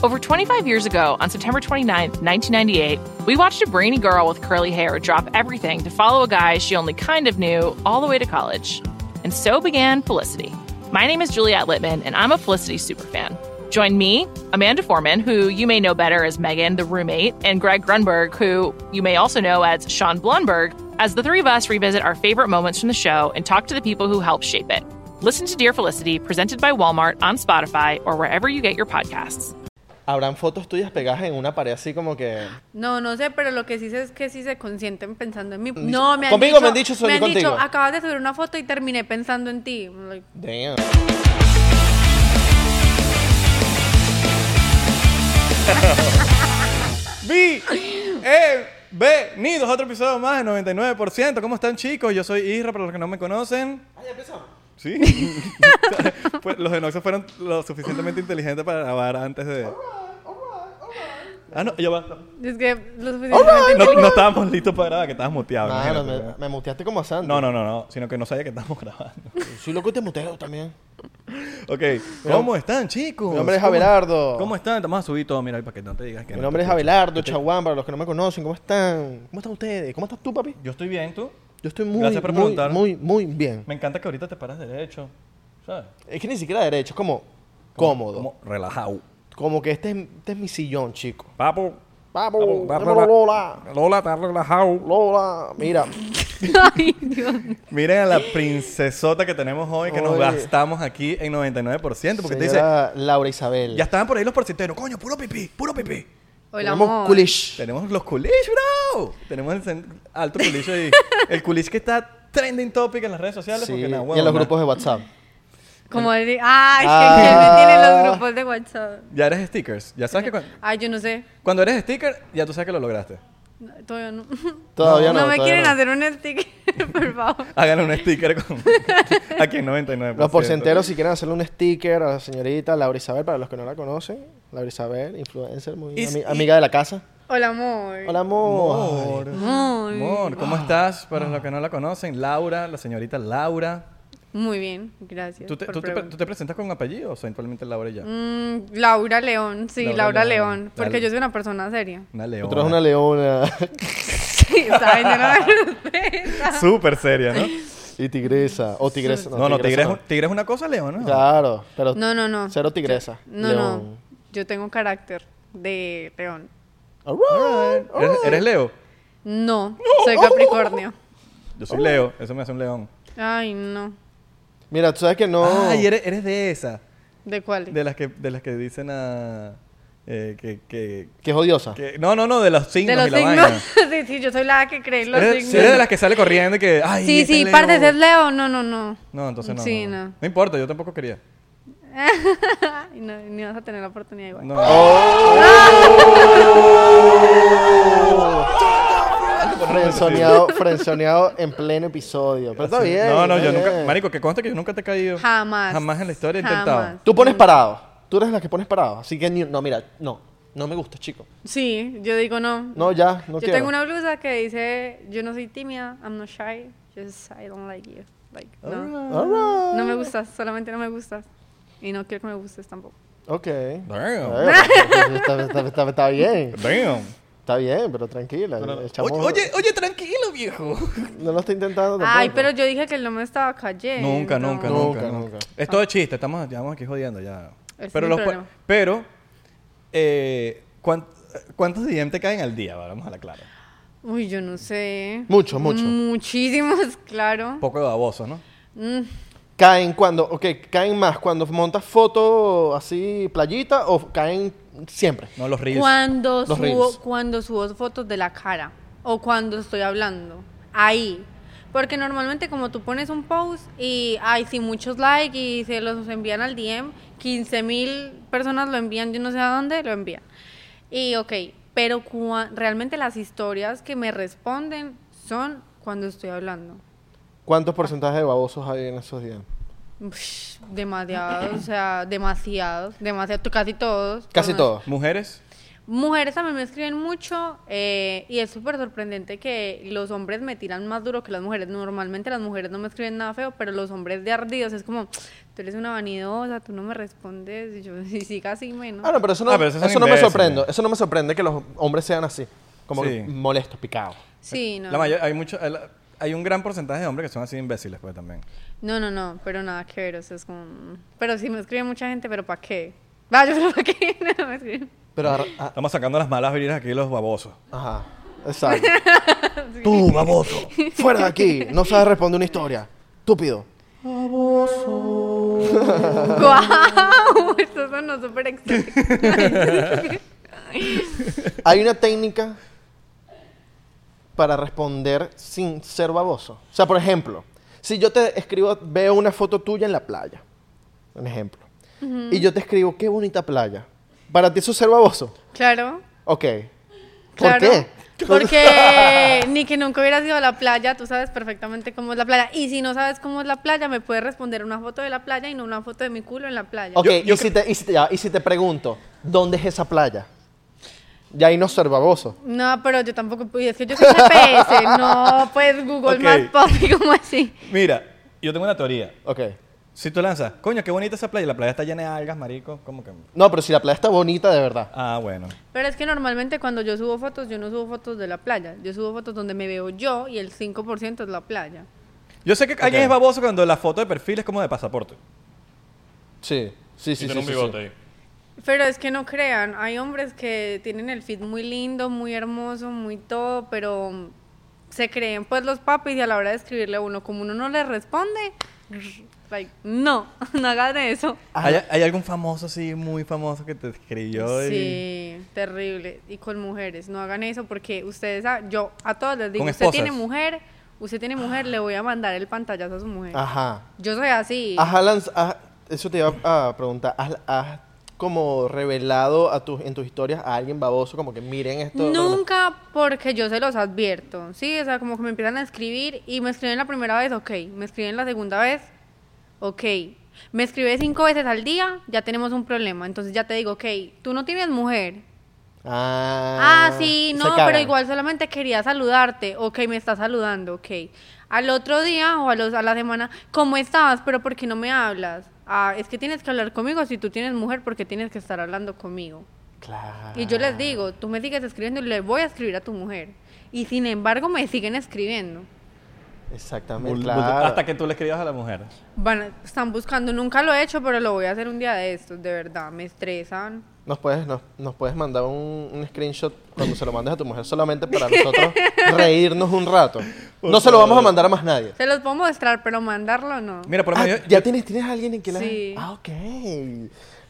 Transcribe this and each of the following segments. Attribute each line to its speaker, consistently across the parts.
Speaker 1: Over 25 years ago, on September 29th, 1998, we watched a brainy girl with curly hair drop everything to follow a guy she only kind of knew all the way to college. And so began Felicity. My name is Juliette Littman, and I'm a Felicity superfan. Join me, Amanda Foreman, who you may know better as Megan, the roommate, and Greg Grunberg, who you may also know as Sean Blundberg, as the three of us revisit our favorite moments from the show and talk to the people who helped shape it. Listen to Dear Felicity, presented by Walmart on Spotify or wherever you get your podcasts.
Speaker 2: Habrán fotos tuyas pegadas en una pared así como que.
Speaker 3: No, no sé, pero lo que sí sé es que sí se consienten pensando en mí. No, me han
Speaker 2: Conmigo
Speaker 3: dicho,
Speaker 2: me han dicho, soy
Speaker 3: me han
Speaker 2: contigo.
Speaker 3: dicho, acabas de subir una foto y terminé pensando en ti. Like,
Speaker 2: Damn.
Speaker 4: Bienvenidos a otro episodio más de 99%. ¿Cómo están, chicos? Yo soy Isra, para los que no me conocen.
Speaker 2: Ah, ya empezamos.
Speaker 4: Sí. Pues, los de Noxo fueron lo suficientemente inteligentes para grabar antes de. Ah, no, ya va. No,
Speaker 3: es que lo
Speaker 2: Oh,
Speaker 3: suficientemente.
Speaker 4: no estábamos listos para grabar, que estábamos muteados.
Speaker 2: Mano,
Speaker 4: Ah, imagínate,
Speaker 2: me,
Speaker 4: ¿verdad?
Speaker 2: me muteaste como a Sandy.
Speaker 4: No, no, no, no, sino que no sabía que estábamos grabando.
Speaker 2: Soy loco y te muteo también.
Speaker 4: Ok, ¿cómo están, chicos?
Speaker 2: mi nombre es
Speaker 4: ¿Cómo-
Speaker 2: Abelardo.
Speaker 4: ¿Cómo están? Te vamos a subir todo, mira, para que no te digas que
Speaker 2: Mi
Speaker 4: no
Speaker 2: nombre
Speaker 4: te
Speaker 2: es
Speaker 4: escucho.
Speaker 2: Abelardo,
Speaker 4: Yo te-
Speaker 2: Chaguán, para los que no me conocen. ¿Cómo están? ¿Cómo están ustedes? ¿Cómo estás tú, papi?
Speaker 4: Yo estoy bien, tú.
Speaker 2: Yo estoy muy,
Speaker 4: Gracias por
Speaker 2: muy,
Speaker 4: preguntar.
Speaker 2: muy, muy bien.
Speaker 4: Me encanta que ahorita te paras derecho, ¿sabes?
Speaker 2: Es que ni siquiera derecho, es como cómodo. Como,
Speaker 4: Como relajado.
Speaker 2: que este es, este es mi sillón, chico.
Speaker 4: Papo.
Speaker 2: Papo,
Speaker 4: Papo,
Speaker 2: llámalo
Speaker 4: rela-
Speaker 2: Lola.
Speaker 4: Lola, está relajado.
Speaker 2: Lola, mira.
Speaker 3: Ay, Dios.
Speaker 4: Miren a la princesota que tenemos hoy, que nos
Speaker 2: Oye.
Speaker 4: gastamos aquí en 99%, porque te dice,
Speaker 2: señora Laura Isabel.
Speaker 4: ya estaban por ahí los porcenteros, coño, puro pipí, puro pipí.
Speaker 3: Hola,
Speaker 2: Tenemos
Speaker 3: amor.
Speaker 2: culish.
Speaker 4: Tenemos los culiches, bro. Tenemos el cen- alto culiche ahí. el culiche que está trending topic en las redes sociales,
Speaker 2: Sí,
Speaker 4: porque nada,
Speaker 2: y en los
Speaker 4: huevona.
Speaker 2: grupos de WhatsApp.
Speaker 3: Como de- Ay,
Speaker 2: Ah.
Speaker 3: es que ¿quién me tiene los grupos de WhatsApp?
Speaker 4: Ya eres stickers, ya sabes que cuan- cuando,
Speaker 3: Ay, yo no sé.
Speaker 4: eres sticker, ya tú sabes que lo lograste.
Speaker 3: No, Todavía no.
Speaker 2: Todavía no,
Speaker 3: me
Speaker 2: todavía
Speaker 3: quieren
Speaker 2: no.
Speaker 3: hacer un sticker, por favor.
Speaker 4: Hagan un sticker con aquí en 99%.
Speaker 2: Los porcenteros, si quieren hacerle un sticker a la señorita Laura Isabel, para los que no la conocen, Laura Isabel, influencer, muy
Speaker 4: Y-
Speaker 2: ami-
Speaker 4: y-
Speaker 2: amiga de la casa.
Speaker 3: Hola, amor.
Speaker 2: Hola, amor.
Speaker 4: Amor.
Speaker 3: Amor.
Speaker 4: Amor, ¿cómo
Speaker 3: Ah.
Speaker 4: estás? Para los que no la conocen, Laura, la señorita Laura.
Speaker 3: Muy bien, gracias.
Speaker 4: ¿Tú te,
Speaker 3: por
Speaker 4: tú te-
Speaker 3: preguntar.
Speaker 4: tú te presentas con apellido o simplemente Laura y ya?
Speaker 3: Mm, Laura León, sí,
Speaker 4: Laura
Speaker 3: Laura,
Speaker 4: León.
Speaker 3: León, porque
Speaker 4: Dale.
Speaker 3: yo soy una persona seria.
Speaker 4: Una leona.
Speaker 2: Tú eres una leona
Speaker 3: Sí, saben, yo no me
Speaker 4: Súper seria, ¿no?
Speaker 2: y tigresa. O tigresa.
Speaker 4: No, no, tigre es,
Speaker 2: no.
Speaker 4: un- tigre es una cosa, leona.
Speaker 2: Claro, pero
Speaker 3: No, no, no.
Speaker 2: cero tigresa.
Speaker 3: No,
Speaker 2: león.
Speaker 3: no. Yo tengo un carácter de león.
Speaker 2: Alright,
Speaker 3: Oh.
Speaker 4: ¿Eres,
Speaker 2: alright.
Speaker 4: eres Leo?
Speaker 3: No, soy Capricornio.
Speaker 4: Yo
Speaker 3: Oh.
Speaker 4: soy Leo, eso me hace un león.
Speaker 3: Ay, no.
Speaker 2: Mira, tú sabes que no.
Speaker 4: Ay, eres, eres de esa.
Speaker 3: ¿De cuál?
Speaker 4: De las que, de las que dicen a. eh, que, que,
Speaker 2: Que es odiosa.
Speaker 4: que- No, no, no, de los signos
Speaker 3: De los
Speaker 4: y la
Speaker 3: signos.
Speaker 4: vaina.
Speaker 3: sí, sí, yo soy la que cree en los
Speaker 4: Eres,
Speaker 3: signos.
Speaker 4: eres de las que sale corriendo y que. Ay,
Speaker 3: sí,
Speaker 4: este
Speaker 3: sí,
Speaker 4: Leo.
Speaker 3: parte ser Leo. No, no, no.
Speaker 4: No, entonces no.
Speaker 3: Sí, no.
Speaker 4: No importa, yo tampoco quería.
Speaker 3: Ay, no, ni vas a tener la oportunidad igual.
Speaker 4: No.
Speaker 2: Frenzoneado, frenzoneado en pleno episodio. Pero está bien.
Speaker 4: No, no,
Speaker 2: está
Speaker 4: yo nunca.
Speaker 2: bien.
Speaker 4: Marico, que conste que yo nunca te he caído.
Speaker 3: Jamás.
Speaker 4: Jamás en la historia he
Speaker 3: Jamás.
Speaker 4: intentado.
Speaker 2: Tú pones parado. Tú eres la que pones parado. Así que ni- no, mira, no. No me gusta, chico.
Speaker 3: Sí, yo digo no.
Speaker 2: No, ya, no
Speaker 3: yo
Speaker 2: quiero.
Speaker 3: tengo una blusa que dice, yo no soy tímida, I'm not shy, just I don't like you. Like, no.
Speaker 2: Ah.
Speaker 4: Ah.
Speaker 2: Alright.
Speaker 3: No me gustas, solamente no me gustas. Y no quiero que me gustes tampoco.
Speaker 2: Ok.
Speaker 4: Damn.
Speaker 2: Bueno, está, está- está- está bien.
Speaker 4: Damn.
Speaker 2: Está bien, pero tranquila. el chamo
Speaker 4: Oye, oye, tranquilo, viejo.
Speaker 2: No lo está intentando tampoco.
Speaker 3: Ay, pero yo dije que no me estaba cayendo.
Speaker 4: Nunca,
Speaker 2: Nunca,
Speaker 4: nunca, nunca,
Speaker 2: nunca.
Speaker 4: nunca. Es todo chiste, estamos, llevamos aquí jodiendo ya.
Speaker 3: Ese
Speaker 4: pero
Speaker 3: es mi
Speaker 4: los,
Speaker 3: problema.
Speaker 4: pa- pero eh, ¿cuán- ¿cuántos DM te caen al día? Vamos a la clara.
Speaker 3: Uy, yo no sé.
Speaker 2: Mucho, mucho.
Speaker 3: Muchísimos, claro.
Speaker 4: Un poco de baboso, ¿no?
Speaker 3: Mm,
Speaker 2: Caen cuando, ok, caen más cuando montas foto así playita o caen siempre.
Speaker 4: No los reels.
Speaker 3: Cuando
Speaker 2: Los
Speaker 3: subo,
Speaker 2: reels.
Speaker 3: cuando subo fotos de la cara o cuando estoy hablando, ahí. Porque normalmente como tú pones un post y hay sí, muchos likes y se los envían al DM, 15 mil personas lo envían, yo no sé a dónde, lo envían. Y ok, pero cua- realmente las historias que me responden son cuando estoy hablando.
Speaker 2: ¿Cuántos porcentajes de babosos hay en esos días?
Speaker 3: Ush, demasiado, o sea, demasiados, demasiado, tú- casi todos.
Speaker 2: Casi
Speaker 3: todos.
Speaker 2: todos.
Speaker 4: Mujeres,
Speaker 3: Mujeres también me escriben mucho eh, y es súper sorprendente que los hombres me tiran más duro que las mujeres. Normalmente las mujeres no me escriben nada feo, pero los hombres de ardidos es como, tú eres una vanidosa, tú no me respondes, y yo, si siga así, menos.
Speaker 2: Ah, no, pero eso no,
Speaker 4: Ah, pero esos
Speaker 2: eso
Speaker 4: son
Speaker 2: no me
Speaker 4: imbéciles.
Speaker 2: sorprende. Eso no me sorprende que los hombres sean así. Como
Speaker 4: Sí.
Speaker 2: que molestos, picados.
Speaker 3: sí, no.
Speaker 4: la mayor- hay, mucho, el- hay un gran porcentaje de hombres que son así imbéciles, pues también.
Speaker 3: No, no, no, pero nada que ver, o sea, es como... mm. Pero sí me escribe mucha gente, pero ¿para qué? Va, yo pero ¿para qué? No, me escriben.
Speaker 2: Pero, agarra- ah,
Speaker 4: Estamos sacando las malas vidas aquí los babosos.
Speaker 2: ajá, exacto. Tú, baboso, fuera de aquí. No sabes responder una historia. Estúpido.
Speaker 3: ¡Guau! Esto sonó súper extraño.
Speaker 2: Hay una técnica para responder sin ser baboso. O sea, por ejemplo, si yo te escribo, veo una foto tuya en la playa, un ejemplo, y yo te escribo, qué bonita playa. Para ti eso es ser baboso.
Speaker 3: Claro.
Speaker 2: Ok. ¿Por
Speaker 3: Claro,
Speaker 2: qué?
Speaker 3: Porque ni que nunca hubieras ido a la playa, tú sabes perfectamente cómo es la playa. Y si no sabes cómo es la playa, me puedes responder una foto de la playa y no una foto de mi culo en la playa.
Speaker 2: Ok,
Speaker 4: Yo- yo
Speaker 2: y, si te, y, si te, ya, y si te pregunto, ¿dónde es esa playa? Ya ahí no ser baboso.
Speaker 3: No, pero yo tampoco. pu- Es que yo soy GPS, no, pues Google
Speaker 4: Ok.
Speaker 3: Maps, papi, como así.
Speaker 4: Mira, yo tengo una teoría.
Speaker 2: Ok.
Speaker 4: Si tú lanzas, coño, qué bonita esa playa, la playa está llena de algas, marico, como que...
Speaker 2: No, pero si la playa está bonita de verdad.
Speaker 4: Ah, bueno.
Speaker 3: Pero es que normalmente cuando yo subo fotos, yo no subo fotos de la playa. Yo subo fotos donde me veo yo y el 5% es la playa.
Speaker 4: Yo sé que alguien es baboso cuando la foto de perfil es como de pasaporte.
Speaker 2: Sí, sí, sí. sí, sí, sí.
Speaker 3: Pero es que no crean, hay hombres que tienen el fit muy lindo, muy hermoso, muy todo, pero se creen pues los papis y a la hora de escribirle a uno, como uno no le responde, like, no, no hagan eso.
Speaker 2: Ah.
Speaker 4: ¿Hay, hay algún famoso así, muy famoso que te escribió? y-
Speaker 3: Sí, terrible. Y con mujeres, no hagan eso porque ustedes, saben- yo a todos les digo,
Speaker 4: Con
Speaker 3: usted tiene
Speaker 4: esposas.
Speaker 3: mujer, usted tiene mujer, le voy a mandar el pantallazo a su mujer.
Speaker 4: Ah.
Speaker 2: Ajá.
Speaker 3: Yo soy así.
Speaker 2: Has lanz- has- eso te iba a preguntar. ¿Has, has como revelado a tus en tus historias a alguien baboso? Como que miren esto.
Speaker 3: Nunca porque yo se los advierto, ¿sí? O sea, como que me empiezan a escribir y me escriben la primera vez, ok, me escriben la segunda vez, ok, me escribe cinco veces al día, ya tenemos un problema, entonces ya te digo, ok, tú no tienes mujer.
Speaker 2: Ah,
Speaker 3: Ah, sí,
Speaker 2: se
Speaker 3: no, pero
Speaker 2: cagan.
Speaker 3: igual solamente quería saludarte, ok, me está saludando, ok. Al otro día o a, los, a la semana, ¿cómo estás? Pero ¿por qué no me hablas? Ah, es que tienes que hablar conmigo si tú tienes mujer, porque tienes que estar hablando conmigo.
Speaker 2: Claro.
Speaker 3: Y yo les digo, tú me sigues escribiendo y le voy a escribir a tu mujer. Y sin embargo me siguen escribiendo.
Speaker 2: Exactamente.
Speaker 4: Bul- bul-
Speaker 2: claro.
Speaker 4: Hasta que tú le escribas a la mujer.
Speaker 3: Van, a- están buscando, nunca lo he hecho, pero lo voy a hacer un día de estos, de verdad, me estresan.
Speaker 2: Nos puedes, nos, nos puedes mandar un, un screenshot cuando se lo mandes a tu mujer solamente para nosotros reírnos un rato. No se lo vamos a mandar a más nadie.
Speaker 3: Se los puedo mostrar, pero mandarlo no.
Speaker 4: Mira, por lo
Speaker 2: Ah,
Speaker 4: menos yo-
Speaker 2: ya
Speaker 4: yo-
Speaker 2: tienes, tienes a alguien en que la.
Speaker 3: Sí.
Speaker 2: Ah, ok.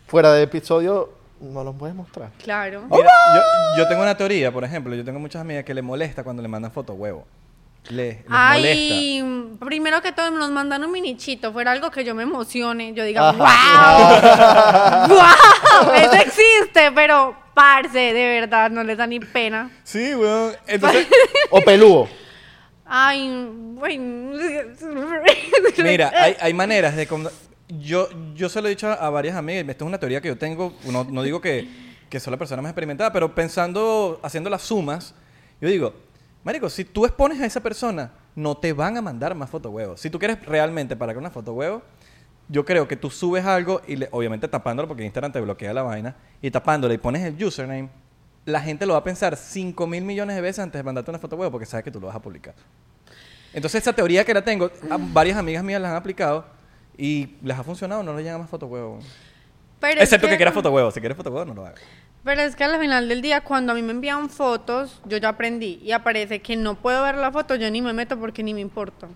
Speaker 2: Fuera de episodio, no los puedes mostrar.
Speaker 3: Claro.
Speaker 4: mira,
Speaker 2: ¡Oh!
Speaker 4: yo, yo tengo una teoría, por ejemplo, yo tengo muchas amigas que le molesta cuando le mandan foto huevo. Le, les molesta.
Speaker 3: Ay, primero que todo nos mandan un minichito, fuera algo que yo me emocione, yo diga, wow, wow, eso existe, pero parce, de verdad, no les da ni pena.
Speaker 4: Sí, weón. Entonces,
Speaker 2: O pelúo.
Speaker 3: Ay, bueno.
Speaker 4: mira, hay, hay maneras de... com- Yo, yo se lo he dicho a, a varias amigas, y esto es una teoría que yo tengo, no, no digo que, que soy la persona más experimentada, pero pensando, haciendo las sumas, yo digo, marico, si tú expones a esa persona, no te van a mandar más foto huevos. Si tú quieres realmente para que una foto huevo, yo creo que tú subes algo y le- obviamente tapándolo porque Instagram te bloquea la vaina y tapándolo y pones el username, la gente lo va a pensar 5 mil millones de veces antes de mandarte una foto huevo porque sabe que tú lo vas a publicar. Entonces esa teoría que la tengo, a- varias amigas mías las han aplicado y les ha funcionado, no les llegan más foto huevo.
Speaker 3: Pero es
Speaker 4: Excepto que, quieras foto huevo, si quieres foto huevo no lo hagas.
Speaker 3: Pero es que al final del día, cuando a mí me envían fotos, yo ya aprendí y aparece que no puedo ver la foto, yo ni me meto porque ni me importa.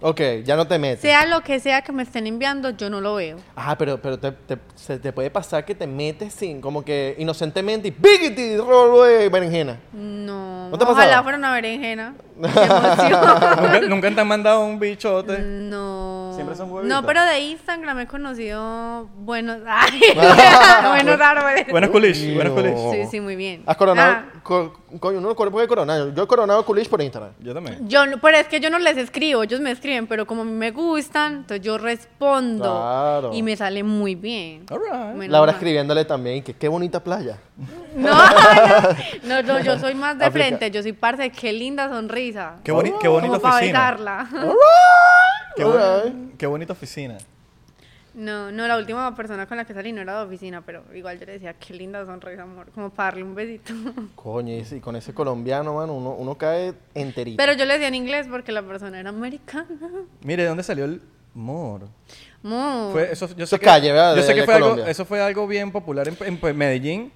Speaker 2: Ok, ya no te metes.
Speaker 3: Sea lo que sea que me estén enviando, yo no lo veo.
Speaker 2: Ajá, pero, pero te, te- se te puede pasar que te metes sin, como que inocentemente y ¡Biggity! Rolo de berenjena.
Speaker 3: No.
Speaker 2: ¿No te ha
Speaker 3: Ojalá
Speaker 2: pasado?
Speaker 3: fuera una berenjena. De emoción.
Speaker 4: ¿Nunca, nunca te han mandado un bichote.
Speaker 3: Mm. No.
Speaker 4: Siempre son huevitos.
Speaker 3: No, pero de Instagram he conocido buenos. Ay, buenos raros. buenos-
Speaker 4: Buenos culish, buenos
Speaker 2: No.
Speaker 4: culish.
Speaker 3: Sí, sí, muy bien.
Speaker 2: Has coronado.
Speaker 3: Ah,
Speaker 2: co- coño, uno no cor- puede coronar. Yo he coronado culish por Instagram.
Speaker 4: Yo también.
Speaker 3: yo, no- pero es que yo no les escribo, ellos me escriben, pero como a mí me gustan, entonces yo respondo.
Speaker 2: Claro.
Speaker 3: Y me sale muy bien.
Speaker 4: All right.
Speaker 3: Menos
Speaker 2: Laura
Speaker 3: mal.
Speaker 2: escribiéndole también que qué bonita playa.
Speaker 3: No, ay, no, no, no, yo soy más de
Speaker 2: Aplica.
Speaker 3: frente, yo soy parce, qué linda sonrisa.
Speaker 4: Qué, boni- qué bonita
Speaker 3: Como para
Speaker 4: oficina.
Speaker 3: besarla.
Speaker 4: Qué, boni-
Speaker 2: Alright.
Speaker 4: qué bonita oficina.
Speaker 3: No, no, la última persona con la que salí no era de oficina, pero igual yo le decía, qué linda sonrisa, amor, como para darle un besito.
Speaker 2: Coño, y si con ese colombiano, mano, uno, uno cae enterito.
Speaker 3: Pero yo le decía en inglés porque la persona era americana.
Speaker 4: Mire, ¿de dónde salió el mor?
Speaker 3: Mo.
Speaker 4: Fue, eso, yo
Speaker 2: Eso
Speaker 4: sé
Speaker 2: es
Speaker 4: que,
Speaker 2: calle, ¿verdad?
Speaker 4: Yo
Speaker 2: De
Speaker 4: sé que
Speaker 2: allá
Speaker 4: fue
Speaker 2: de
Speaker 4: algo,
Speaker 2: Colombia.
Speaker 4: eso fue algo bien popular en, en, pues, Medellín,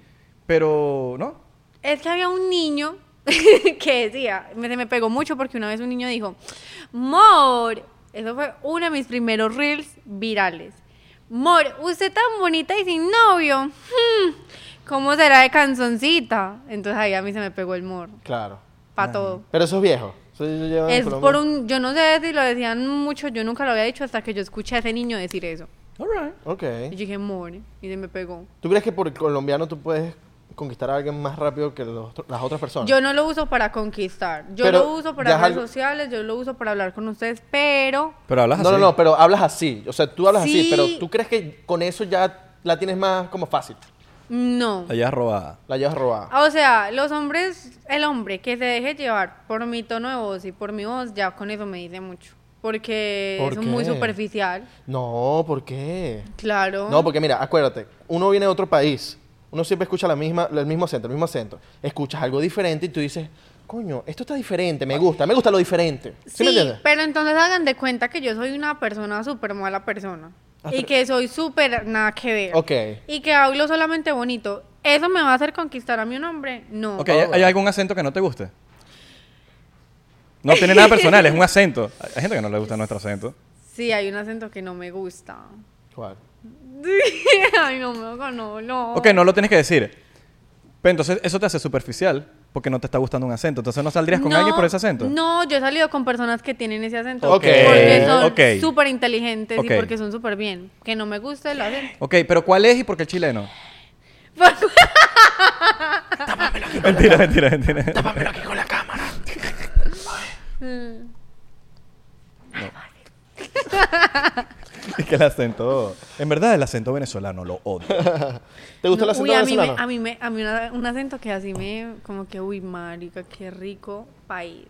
Speaker 4: pero no.
Speaker 3: Es que había un niño que decía, me, se me pegó mucho porque una vez un niño dijo, Mor, eso fue uno de mis primeros reels virales. Mor, usted tan bonita y sin novio, hmm, ¿cómo será de canzoncita? Entonces ahí a mí se me pegó el mor,
Speaker 2: Claro.
Speaker 3: para todo.
Speaker 2: Pero eso es viejo. Eso yo llevo en
Speaker 3: Es
Speaker 2: Colombia.
Speaker 3: por un, yo no sé si lo decían mucho, yo nunca lo había dicho hasta que yo escuché a ese niño decir eso.
Speaker 4: All right.
Speaker 2: Ok.
Speaker 3: Y yo dije, Mor, y se me pegó.
Speaker 2: ¿Tú crees que por colombiano tú puedes conquistar a alguien más rápido que los otro- las otras personas?
Speaker 3: Yo no lo uso para conquistar. Yo
Speaker 2: Pero
Speaker 3: lo uso para
Speaker 2: ya es
Speaker 3: redes
Speaker 2: algo-
Speaker 3: sociales, yo lo uso para hablar con ustedes, pero
Speaker 4: Pero hablas
Speaker 2: No, no,
Speaker 4: así.
Speaker 2: no, pero hablas así. O sea, tú hablas
Speaker 3: Sí.
Speaker 2: así, pero tú crees que con eso ya la tienes más como fácil.
Speaker 3: no.
Speaker 4: Allá es robada.
Speaker 2: La llevas robada.
Speaker 3: O sea, los hombres, el hombre que se deje llevar por mi tono de voz y por mi voz, ya con eso me dice mucho. Porque
Speaker 2: ¿Por
Speaker 3: es muy
Speaker 2: qué?
Speaker 3: superficial,
Speaker 2: No, ¿por qué?
Speaker 3: claro.
Speaker 2: No, porque mira, acuérdate, uno viene de otro país, uno siempre escucha la misma, el mismo acento, el mismo acento. Escuchas algo diferente y tú dices, coño, esto está diferente, me gusta, me gusta lo diferente. ¿Sí,
Speaker 3: Sí,
Speaker 2: me entiendes?
Speaker 3: pero entonces hagan de cuenta que yo soy una persona súper mala persona.
Speaker 2: Ah,
Speaker 3: y
Speaker 2: pero-
Speaker 3: que soy súper nada que ver.
Speaker 2: Ok.
Speaker 3: Y que hablo solamente bonito. ¿Eso me va a hacer conquistar a mi un hombre? No.
Speaker 4: Ok, ¿hay, hay algún acento que no te guste? No tiene nada personal, es un acento. Hay hay gente que no le gusta nuestro acento.
Speaker 3: Sí, hay un acento que no me gusta.
Speaker 2: ¿Cuál?
Speaker 3: Ay, no me no, no.
Speaker 4: Ok, no lo tienes que decir. Pero entonces eso te hace superficial porque no te está gustando un acento. Entonces no saldrías con
Speaker 3: No,
Speaker 4: alguien por ese acento.
Speaker 3: No, yo he salido con personas que tienen ese acento.
Speaker 2: Ok,
Speaker 3: Porque son
Speaker 4: ok.
Speaker 3: súper inteligentes
Speaker 4: Ok.
Speaker 3: y porque son súper bien. Que no me gusta el acento.
Speaker 4: Ok, pero ¿cuál es y por qué el chileno? mentira, mentira, mentira. Mm. Es que el acento. En verdad, el acento venezolano lo odio.
Speaker 2: ¿Te gusta el
Speaker 3: No,
Speaker 2: acento
Speaker 3: uy, a mí, me,
Speaker 2: venezolano?
Speaker 3: a mí, me- a mí una- un acento que así me... Como que, uy, marica, qué rico país.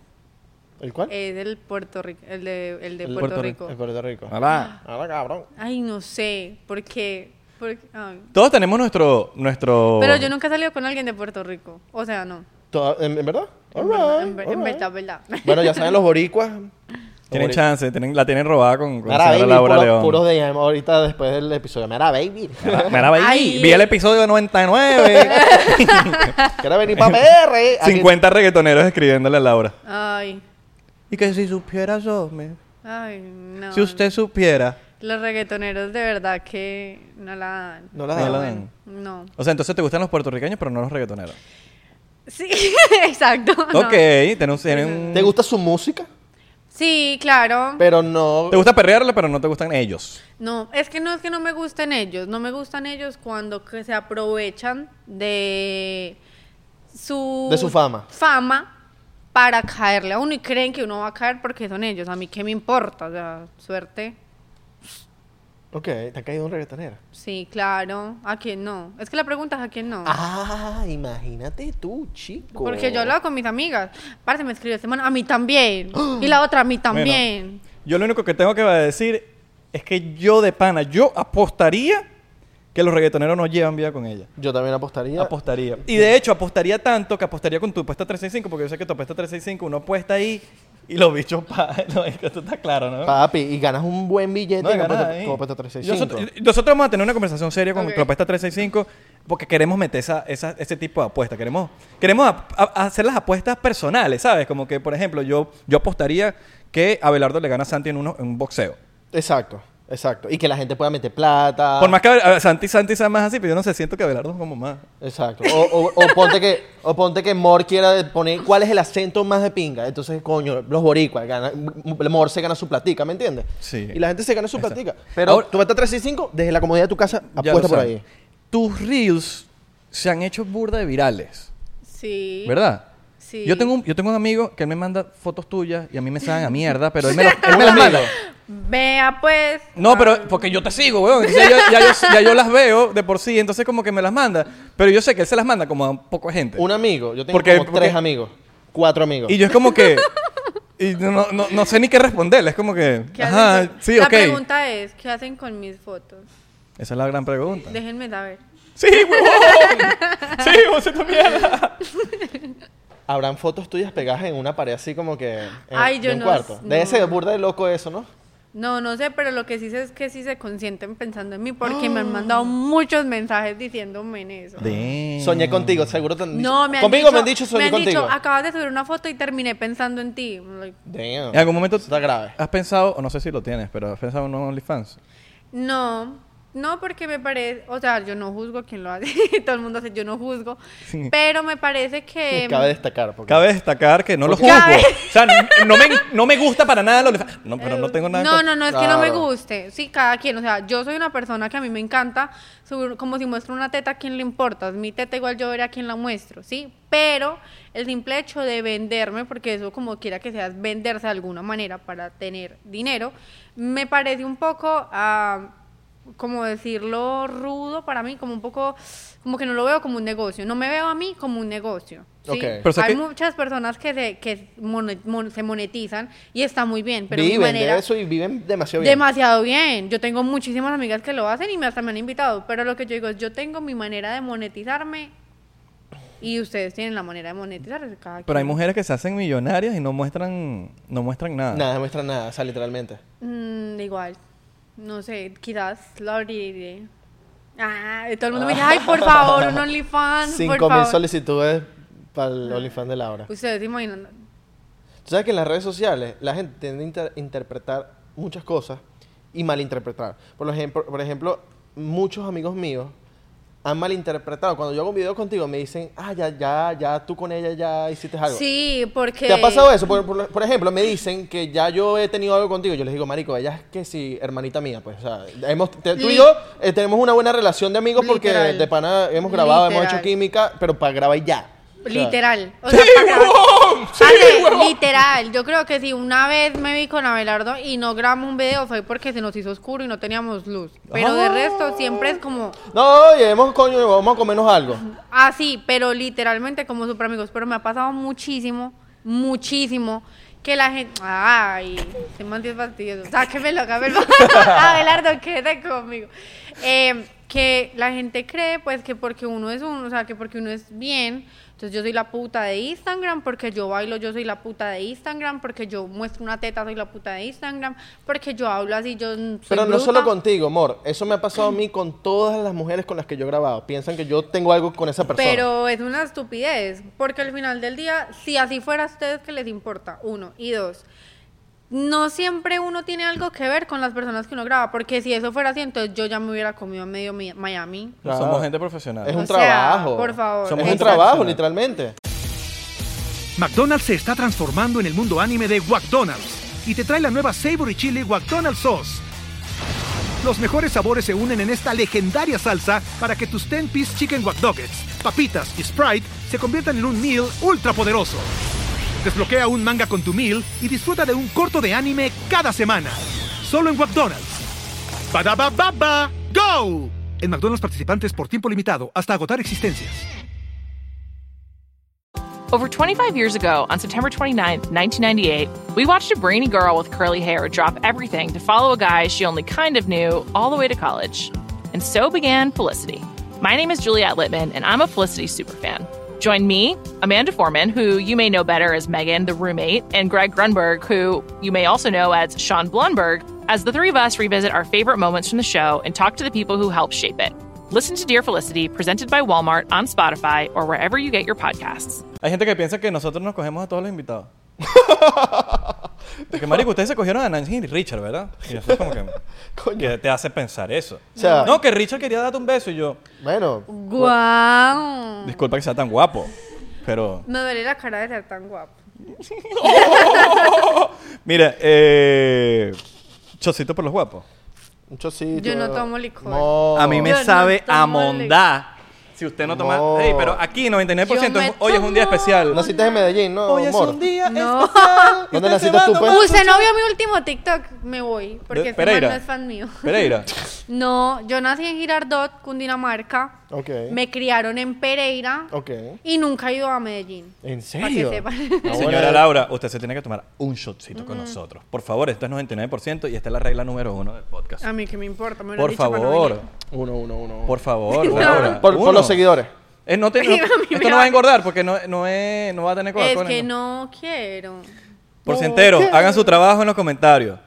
Speaker 2: ¿El cuál?
Speaker 3: Es el Puerto Rico. El de, el de
Speaker 2: El
Speaker 3: Puerto,
Speaker 4: Puerto
Speaker 3: Rico.
Speaker 2: El Puerto Rico.
Speaker 4: Hola.
Speaker 2: Ahora, cabrón.
Speaker 3: Ay, no sé. ¿Por qué? Porque, ay.
Speaker 4: Todos tenemos nuestro. nuestro...
Speaker 3: Pero yo nunca he salido con alguien de Puerto Rico. O sea, no.
Speaker 2: Toda- ¿En, en verdad?
Speaker 3: En
Speaker 2: All
Speaker 3: verdad,
Speaker 2: right,
Speaker 3: en ver-
Speaker 2: all
Speaker 3: en
Speaker 2: right.
Speaker 3: verdad, verdad.
Speaker 2: Bueno, ya saben los boricuas. Los
Speaker 4: Tienen
Speaker 2: boricuas.
Speaker 4: chance, tienen- la tienen robada con, con
Speaker 2: Mira,
Speaker 4: señora
Speaker 2: baby,
Speaker 4: Laura
Speaker 2: puro-
Speaker 4: León.
Speaker 2: puros DM ahorita después del episodio. Mira, baby.
Speaker 4: Mira, baby,
Speaker 3: Ay.
Speaker 4: vi el episodio 99.
Speaker 2: Quiero venir para PR. Aquí-
Speaker 4: 50 reggaetoneros escribiéndole a Laura.
Speaker 3: Ay,
Speaker 4: Y que si supieras, Osme.
Speaker 3: ay, no.
Speaker 4: Si usted supiera.
Speaker 3: Los reggaetoneros de verdad que no la dan.
Speaker 2: No la
Speaker 4: No
Speaker 2: dan.
Speaker 4: la
Speaker 3: Bueno,
Speaker 4: dan.
Speaker 3: No.
Speaker 4: O sea, entonces te gustan los puertorriqueños, pero no los reggaetoneros.
Speaker 3: Sí, exacto. Ah, no.
Speaker 4: Ok, tienen un- tienen un-
Speaker 2: ¿Te gusta su música?
Speaker 3: Sí, claro.
Speaker 2: Pero no.
Speaker 4: Te gusta perrearla, pero no te gustan ellos.
Speaker 3: No, es que no es que no me gusten ellos. No me gustan ellos cuando que se aprovechan de su...
Speaker 2: De su fama.
Speaker 3: Fama para caerle a uno y creen que uno va a caer porque son ellos. A mí qué me importa, o sea, suerte.
Speaker 2: Ok, te ha caído un reggaetonero.
Speaker 3: Sí, claro. ¿A quién no? Es que la pregunta es a quién no.
Speaker 2: Ah, imagínate tú, chico.
Speaker 3: Porque yo hablaba con mis amigas. Parce, me escribió semana, a mí también. Y la otra, a mí también.
Speaker 4: Yo lo único que tengo que decir es que yo de pana, yo apostaría que los reggaetoneros no llevan vida con ella.
Speaker 2: Yo también apostaría.
Speaker 4: Apostaría. Y de hecho, apostaría tanto que apostaría con tu apuesta 365, porque yo sé que tu apuesta 365, uno apuesta ahí y los bichos pa. No, es que esto está claro, ¿no?
Speaker 2: Papi, y ganas un buen billete
Speaker 4: No,
Speaker 2: con
Speaker 4: ganas
Speaker 2: Puerto-
Speaker 4: ahí.
Speaker 2: con Puerto
Speaker 4: Nosotros,
Speaker 2: 365.
Speaker 4: nosotros vamos a tener una conversación seria con
Speaker 3: Ok.
Speaker 4: tu apuesta 365 porque queremos meter esa, esa- ese tipo de apuestas. Queremos, queremos ap- a- hacer las apuestas personales, ¿sabes? Como que, por ejemplo, yo, yo apostaría que Abelardo le gana a Santi en, uno, en un boxeo.
Speaker 2: Exacto, exacto. Y que la gente pueda meter plata.
Speaker 4: Por más que Abel- Santi Santi sea más así, pero yo no sé, siento que Abelardo es como más.
Speaker 2: Exacto. O, o- o ponte que, o ponte que Mor quiera de- poner cuál es el acento más de pinga. Entonces, coño, los boricuas, gana, Mor se gana su platica, ¿me entiendes?
Speaker 4: Sí.
Speaker 2: Y la gente se gana su
Speaker 4: Exacto.
Speaker 2: platica. Pero
Speaker 4: Ahora-
Speaker 2: tú vas a 3 y 5 desde la comodidad de tu casa,
Speaker 4: Ya lo
Speaker 2: apuesta por
Speaker 4: saben.
Speaker 2: ahí.
Speaker 4: Tus reels se han hecho burda de virales,
Speaker 3: Sí.
Speaker 4: ¿verdad?
Speaker 3: Sí.
Speaker 4: Yo tengo, un, yo tengo un amigo que él me manda fotos tuyas y a mí me salen a mierda, pero él me, las- él me las manda.
Speaker 3: Vea, pues.
Speaker 4: No, pero porque yo te sigo, weón. Entonces ya, yo- ya yo, ya yo las veo de por sí, entonces como que me las manda. Pero yo sé que él se las manda como a un poco de gente.
Speaker 2: Un amigo, yo tengo
Speaker 4: Porque-
Speaker 2: como
Speaker 4: porque-
Speaker 2: tres amigos, cuatro amigos.
Speaker 4: Y yo es como que. y no, no- no- no sé ni qué responderle. Es como que.
Speaker 3: ¿qué hacen
Speaker 4: Ajá,
Speaker 3: con-
Speaker 4: sí,
Speaker 3: La
Speaker 4: ok.
Speaker 3: pregunta es, ¿qué hacen con mis fotos?
Speaker 4: Esa es la gran pregunta.
Speaker 3: Déjenme saber.
Speaker 4: ¡Sí, huevón! ¡Sí, vos esta mierda!
Speaker 2: Habrán fotos tuyas pegadas en una pared así como que en,
Speaker 3: Ay,
Speaker 2: de
Speaker 3: yo
Speaker 2: un
Speaker 3: no-
Speaker 2: cuarto. Debe
Speaker 3: no.
Speaker 2: ser burda de loco eso, ¿no?
Speaker 3: No, no sé, pero lo que sí sé es que sí se consienten pensando en mí porque me han mandado muchos mensajes diciéndome en eso.
Speaker 4: Mm.
Speaker 2: Soñé contigo, seguro te han dicho.
Speaker 3: No, me han
Speaker 2: Conmigo
Speaker 3: dicho,
Speaker 2: me han dicho soñé
Speaker 3: me han
Speaker 2: contigo.
Speaker 3: dicho, acabas de subir una foto y terminé pensando en ti. Like,
Speaker 2: Damn.
Speaker 4: En algún momento.
Speaker 2: Eso está grave.
Speaker 4: ¿Has pensado, o no sé si lo tienes, pero has pensado en un OnlyFans?
Speaker 3: No, no porque me parece, o sea, yo no juzgo quien lo hace, todo el mundo hace, yo no juzgo,
Speaker 4: Sí.
Speaker 3: pero me parece que
Speaker 2: Cabe destacar. Porque...
Speaker 4: Cabe destacar que no lo juzgo.
Speaker 3: Cabe-
Speaker 4: O sea, no, no me, no me gusta para nada el OnlyFans. No, pero no tengo nada.
Speaker 3: No,
Speaker 4: con-
Speaker 3: no, no, es que no me
Speaker 2: Claro.
Speaker 3: guste. Sí, cada quien. O sea, yo soy una persona que a mí me encanta subir, como si muestro una teta, ¿a quién le importa? Es Mi teta igual yo veré a quién la muestro, ¿sí? Pero el simple hecho de venderme, porque eso como quiera que sea, es venderse de alguna manera para tener dinero, me parece un poco, ah, como decirlo, rudo para mí, como un poco, como que no lo veo como un negocio. No me veo a mí como un negocio. ¿sí?
Speaker 2: Ok. Pero,
Speaker 4: o sea,
Speaker 3: Hay
Speaker 4: que-
Speaker 3: muchas personas que se, que monet- mon- se monetizan y está muy bien, pero mi
Speaker 2: viven
Speaker 3: manera...
Speaker 2: de eso y viven demasiado bien.
Speaker 3: Demasiado bien. Yo tengo muchísimas amigas que lo hacen y me hasta me han invitado. Pero lo que yo digo es, yo tengo mi manera de monetizarme y ustedes tienen la manera de monetizarse. cada
Speaker 4: Pero hay
Speaker 3: quien.
Speaker 4: mujeres que se hacen millonarias y no muestran, no muestran nada.
Speaker 2: Nada, no muestra nada, o sea, literalmente.
Speaker 3: Mm, igual. No sé, quizás lo abriré. Ah, y todo el mundo me dice, ay, por favor, un OnlyFans, por
Speaker 2: 5.000
Speaker 3: favor. Ah. Pues-
Speaker 2: solicitudes para el OnlyFans de Laura. ¿Tú
Speaker 3: Ustedes se imaginan.
Speaker 2: sabes que en las redes sociales la gente tiende a inter- interpretar muchas cosas y malinterpretar? Por ejemplo, por ejemplo, muchos amigos míos han malinterpretado. Cuando yo hago un video contigo me dicen, ah, ya, ya, ya, tú con ella ya hiciste algo.
Speaker 3: Sí, porque...
Speaker 2: ¿Te ha pasado eso? Por, por- por ejemplo, me dicen que ya yo he tenido algo contigo. Yo les digo, marico, ella es que sí, hermanita mía. Pues, o sea, hemos- te- tú y
Speaker 3: Li-
Speaker 2: yo eh, tenemos una buena relación de amigos porque
Speaker 3: Literal.
Speaker 2: de pana hemos grabado, hemos hecho
Speaker 3: Literal.
Speaker 2: química, pero para grabar y ya. O sea,
Speaker 3: Literal. O sea, para grabar- Ale, literal. Yo creo que si una vez me vi con Abelardo y no grabamos un video fue porque se nos hizo oscuro y no teníamos luz. Pero de resto siempre es como
Speaker 2: No, y hemos, coño, vamos a comernos algo.
Speaker 3: así, Ah, pero literalmente como super amigos. Pero me ha pasado muchísimo, muchísimo. Que la gente. Ay, se me es fastidioso. Sáquemelo, sáquemelo. Abelardo, quédate conmigo. Eh, que la gente cree, pues, que porque uno es uno, o sea, que porque uno es bien. Entonces, yo soy la puta de Instagram porque yo bailo, yo soy la puta de Instagram porque yo muestro una teta, soy la puta de Instagram porque yo hablo así, yo soy
Speaker 2: Pero no
Speaker 3: bruta.
Speaker 2: solo contigo, amor. Eso me ha pasado a mí con todas las mujeres con las que yo he grabado. Piensan que yo tengo algo con esa persona.
Speaker 3: Pero es una estupidez, porque al final del día, si así fuera a ustedes, que les importa? Uno. Y dos, no siempre uno tiene algo que ver con las personas que uno graba, porque si eso fuera así, entonces yo ya me hubiera comido medio Mi- Miami.
Speaker 2: Claro.
Speaker 4: Somos gente profesional.
Speaker 2: Es un
Speaker 3: O sea,
Speaker 2: trabajo.
Speaker 3: por favor.
Speaker 2: Es
Speaker 4: Somos
Speaker 2: un
Speaker 4: gente
Speaker 2: trabajo,
Speaker 4: profesional.
Speaker 2: literalmente.
Speaker 5: McDonald's se está transformando en el mundo anime de McDonald's y te trae la nueva Savory Chili McDonald's Sauce. Los mejores sabores se unen en esta legendaria salsa para que tus 10-piece chicken Doggets, papitas y Sprite se conviertan en un meal ultra poderoso. Desbloquea un manga con tu meal y disfruta de un corto de anime cada semana. Solo en McDonald's. ba baba go! En McDonald's participantes por tiempo limitado hasta agotar existencias.
Speaker 1: Over 25 years ago, on September 29th, 1998, we watched a brainy girl with curly hair drop everything to follow a guy she only kind of knew all the way to college. And so began Felicity. My name is Juliette Littman, and I'm a Felicity superfan. Join me, Amanda Foreman, who you may know better as Megan, the roommate, and Greg Grunberg, who you may also know as Sean Blunberg, as the three of us revisit our favorite moments from the show and talk to the people who helped shape it. Listen to Dear Felicity, presented by Walmart on Spotify or wherever you get your podcasts.
Speaker 4: Hay gente que piensa que nosotros nos cogemos a todos los invitados. Porque, marico, ustedes se cogieron a Nancy y Richard, ¿verdad? Y eso es como que,
Speaker 2: Coño.
Speaker 4: que te hace pensar eso.
Speaker 2: O sea-
Speaker 4: no, que Richard quería darte un beso y yo,
Speaker 2: Bueno,
Speaker 3: ¡Guau!
Speaker 4: disculpa que sea tan guapo, pero...
Speaker 3: Me duele la cara de ser tan guapo.
Speaker 4: Mira, eh... Chocito por los guapos.
Speaker 2: un chocito.
Speaker 3: Yo no tomo licor.
Speaker 2: No.
Speaker 4: A mí me
Speaker 3: Yo no
Speaker 4: sabe
Speaker 3: tomo
Speaker 4: a mondá. Si usted no toma...
Speaker 2: No.
Speaker 4: Ey, pero aquí 99% es-
Speaker 3: Yo me
Speaker 4: hoy es un día
Speaker 3: tomo-
Speaker 4: especial.
Speaker 2: Naciste en Medellín, ¿no,
Speaker 4: hoy es
Speaker 2: amor?
Speaker 4: un día
Speaker 3: No.
Speaker 4: especial. y
Speaker 2: ¿Dónde
Speaker 4: usted se
Speaker 2: naciste
Speaker 4: va a
Speaker 2: tú,
Speaker 4: tomar
Speaker 2: pues?
Speaker 3: Usted no vio mi último TikTok, me voy, porque
Speaker 4: De-
Speaker 3: este man
Speaker 4: Pereira.
Speaker 3: no es fan mío.
Speaker 4: Pereira.
Speaker 3: No, yo nací en Girardot, Cundinamarca.
Speaker 2: Ok.
Speaker 3: Me criaron en Pereira.
Speaker 2: Ok.
Speaker 3: Y nunca he ido a Medellín.
Speaker 2: ¿En
Speaker 3: Para
Speaker 2: serio?
Speaker 3: que sepan.
Speaker 2: Ah,
Speaker 4: Señora
Speaker 2: bueno.
Speaker 4: Laura, usted se tiene que tomar un shotcito
Speaker 3: Mm.
Speaker 4: con nosotros. Por favor, esto es 99% y esta es la regla número uno del podcast.
Speaker 3: A mí que me importa, me lo han
Speaker 4: Por
Speaker 3: dicho para no
Speaker 4: favor,
Speaker 3: venir.
Speaker 2: Uno, uno, uno.
Speaker 4: por favor,
Speaker 3: No.
Speaker 4: Laura.
Speaker 2: Por,
Speaker 4: Uno.
Speaker 2: por los seguidores.
Speaker 4: Eh, no te- no-
Speaker 3: Mira, a mí
Speaker 4: esto
Speaker 3: me
Speaker 4: no va a
Speaker 3: vale.
Speaker 4: engordar porque no, no, es- no va a tener
Speaker 3: Es
Speaker 4: Coca-Cola.
Speaker 3: que
Speaker 4: en-
Speaker 3: no quiero.
Speaker 4: Porcienteros, hagan su trabajo en los comentarios.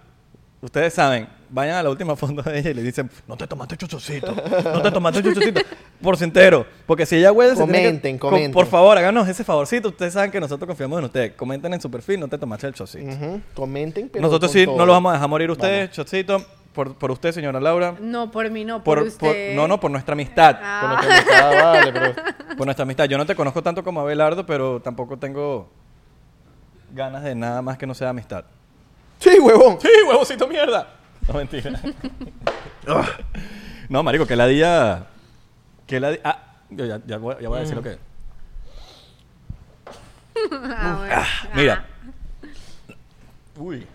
Speaker 4: Ustedes saben, vayan a la última foto de ella y le dicen, no te tomaste chuchucito, no te tomaste chuchucito. Porcientero, porque si ella huele... se tiene que-
Speaker 2: Comenten,
Speaker 4: com-
Speaker 2: comenten.
Speaker 4: Por favor, háganos ese favorcito. Ustedes saben que nosotros confiamos en ustedes. Comenten en su perfil, no te tomaste el chocito.
Speaker 2: Ujú. Comenten, pero
Speaker 4: Nosotros
Speaker 2: con
Speaker 4: sí,
Speaker 2: todo.
Speaker 4: no lo vamos a dejar morir a ustedes, Chocito. Por, por usted, señora Laura.
Speaker 3: No, por mí no, por,
Speaker 4: Por, por-
Speaker 3: usted.
Speaker 4: no, no, por nuestra amistad.
Speaker 2: Con lo que me está, vale, pero...
Speaker 4: Por nuestra amistad. Yo no te conozco tanto como Abelardo, pero tampoco tengo ganas de nada más que no sea amistad.
Speaker 2: Sí, huevón.
Speaker 4: ¡Sí, huevocito mierda! No, mentira. no, marico, que ladilla... Que ladilla... Ah, yo ya, ya voy, ya voy a decir lo que...
Speaker 3: Ah, bueno.
Speaker 4: Mira. Uy.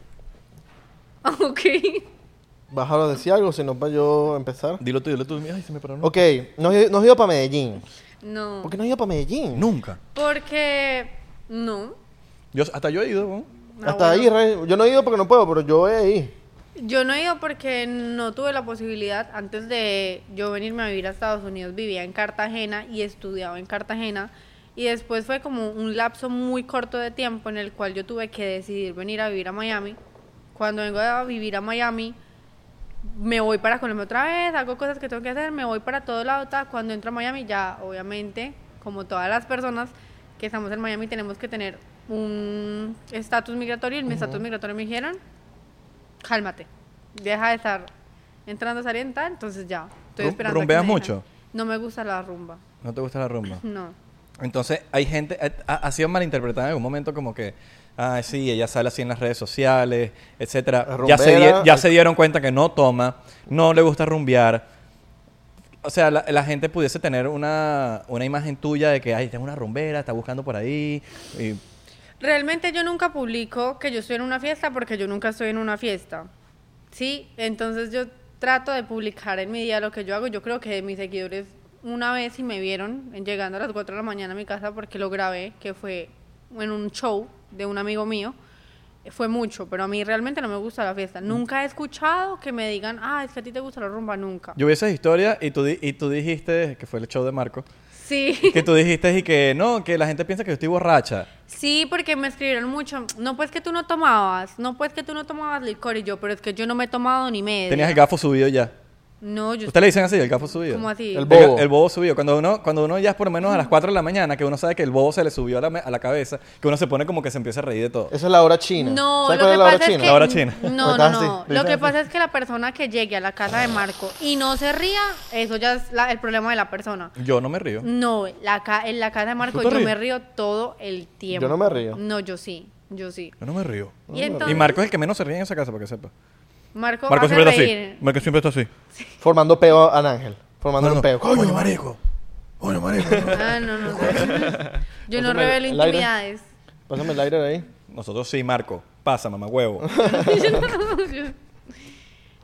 Speaker 3: Ah, Ok.
Speaker 2: Bájalo a decir algo, si no para yo empezar.
Speaker 4: Dilo tú, dilo tú. Ay, se me paró.
Speaker 2: Ok, nos, nos iba para Medellín.
Speaker 3: No.
Speaker 2: ¿Por qué nos iba para Medellín?
Speaker 4: Nunca.
Speaker 3: Porque. No.
Speaker 4: Yo, hasta yo he ido, ¿no?
Speaker 3: Ah,
Speaker 2: Hasta ahí, re- yo no he ido porque no puedo, pero yo he ido.
Speaker 3: Yo no he ido porque no tuve la posibilidad antes de yo venirme a vivir a Estados Unidos. Vivía en Cartagena y estudiaba en Cartagena. Y después fue como un lapso muy corto de tiempo en el cual yo tuve que decidir venir a vivir a Miami. Cuando vengo a vivir a Miami, me voy para Colombia otra vez, hago cosas que tengo que hacer, me voy para todo lado. ta. Cuando entro a Miami, ya obviamente, como todas las personas que estamos en Miami, tenemos que tener un estatus migratorio. Y mi estatus migratorio me dijeron cálmate, deja de estar entrando a saliendo tal, entonces ya. Estoy
Speaker 4: Rum-
Speaker 3: esperando. a que
Speaker 4: ¿rumbeas
Speaker 3: me digan.
Speaker 4: mucho?
Speaker 3: No me gusta la rumba,
Speaker 4: No te gusta la rumba.
Speaker 3: no.
Speaker 4: Entonces, hay gente, eh, ha, ha sido malinterpretada en algún momento como que, ah, sí, ella sale así en las redes sociales, etcétera. Ya se,
Speaker 2: Rumbera.
Speaker 4: di- ya se dieron cuenta que no toma, no le gusta rumbear. O sea, la, la gente pudiese tener una, una imagen tuya de que, ay, esta es una rumbera, está buscando por ahí. Y,
Speaker 3: Realmente yo nunca publico que yo estoy en una fiesta porque yo nunca estoy en una fiesta. Sí, entonces yo trato de publicar en mi día lo que yo hago. Yo creo que mis seguidores una vez sí me vieron en- llegando a las 4 de la mañana a mi casa porque lo grabé, que fue en un show de un amigo mío. Fue mucho, pero a mí realmente no me gusta la fiesta.
Speaker 4: Mm.
Speaker 3: Nunca he escuchado que me digan, ah, es que a ti te gusta la rumba, nunca.
Speaker 4: yo vi esas historias y tú, di- y tú dijiste, que fue el show de Marco,
Speaker 3: Sí.
Speaker 4: que tú dijiste y que no, que la gente piensa que yo estoy borracha.
Speaker 3: Sí, porque me escribieron mucho. No, pues que tú no tomabas. No, pues que tú no tomabas licor. Y yo, pero es que yo no me he tomado ni medio.
Speaker 4: Tenías el gafo subido ya.
Speaker 3: No, yo.
Speaker 4: ¿Usted le dicen así, el gafo subido?
Speaker 3: ¿Cómo así?
Speaker 2: El
Speaker 4: El
Speaker 2: bo-
Speaker 4: bobo.
Speaker 2: bobo.
Speaker 4: El bobo subido. Cuando uno, cuando uno ya es por lo menos a las 4 de la mañana, que uno sabe que el bobo se le subió a la, me- a la cabeza, que uno se pone como que se empieza a reír de todo.
Speaker 2: Esa es la hora china.
Speaker 3: No,
Speaker 2: ¿Sabes
Speaker 3: lo
Speaker 2: cuál
Speaker 3: que
Speaker 2: es la hora
Speaker 3: pasa es
Speaker 2: china?
Speaker 3: que.
Speaker 4: La hora china.
Speaker 3: No,
Speaker 2: Está
Speaker 3: no,
Speaker 2: así,
Speaker 3: no. Lo
Speaker 2: literalmente.
Speaker 3: que pasa es que la persona que llegue a la casa de Marco y no se ría, eso ya es la- el problema de la persona.
Speaker 4: Yo no me río.
Speaker 3: No, la ca- en la casa de Marco
Speaker 4: te
Speaker 3: yo me
Speaker 4: ríes?
Speaker 3: río todo el tiempo.
Speaker 2: Yo no me río.
Speaker 3: No, yo sí. Yo sí.
Speaker 4: Yo no me río.
Speaker 3: Y entonces.
Speaker 4: Y Marco es el que menos se ríe en esa casa, para que sepa.
Speaker 3: Marco,
Speaker 4: Marco
Speaker 3: hace
Speaker 4: siempre está
Speaker 3: reír.
Speaker 4: así. Marco siempre está así.
Speaker 2: Formando peo a Ángel. Formando
Speaker 4: No,
Speaker 2: un
Speaker 4: no.
Speaker 2: peo.
Speaker 4: Coño, marico. Coño, marico.
Speaker 3: Ah, no, no. no. Yo
Speaker 2: Pásame
Speaker 3: no
Speaker 2: el
Speaker 3: revelo
Speaker 2: aire.
Speaker 3: intimidades.
Speaker 2: Pásame el aire de ahí.
Speaker 4: Nosotros sí, Marco. Pasa, mamá huevo.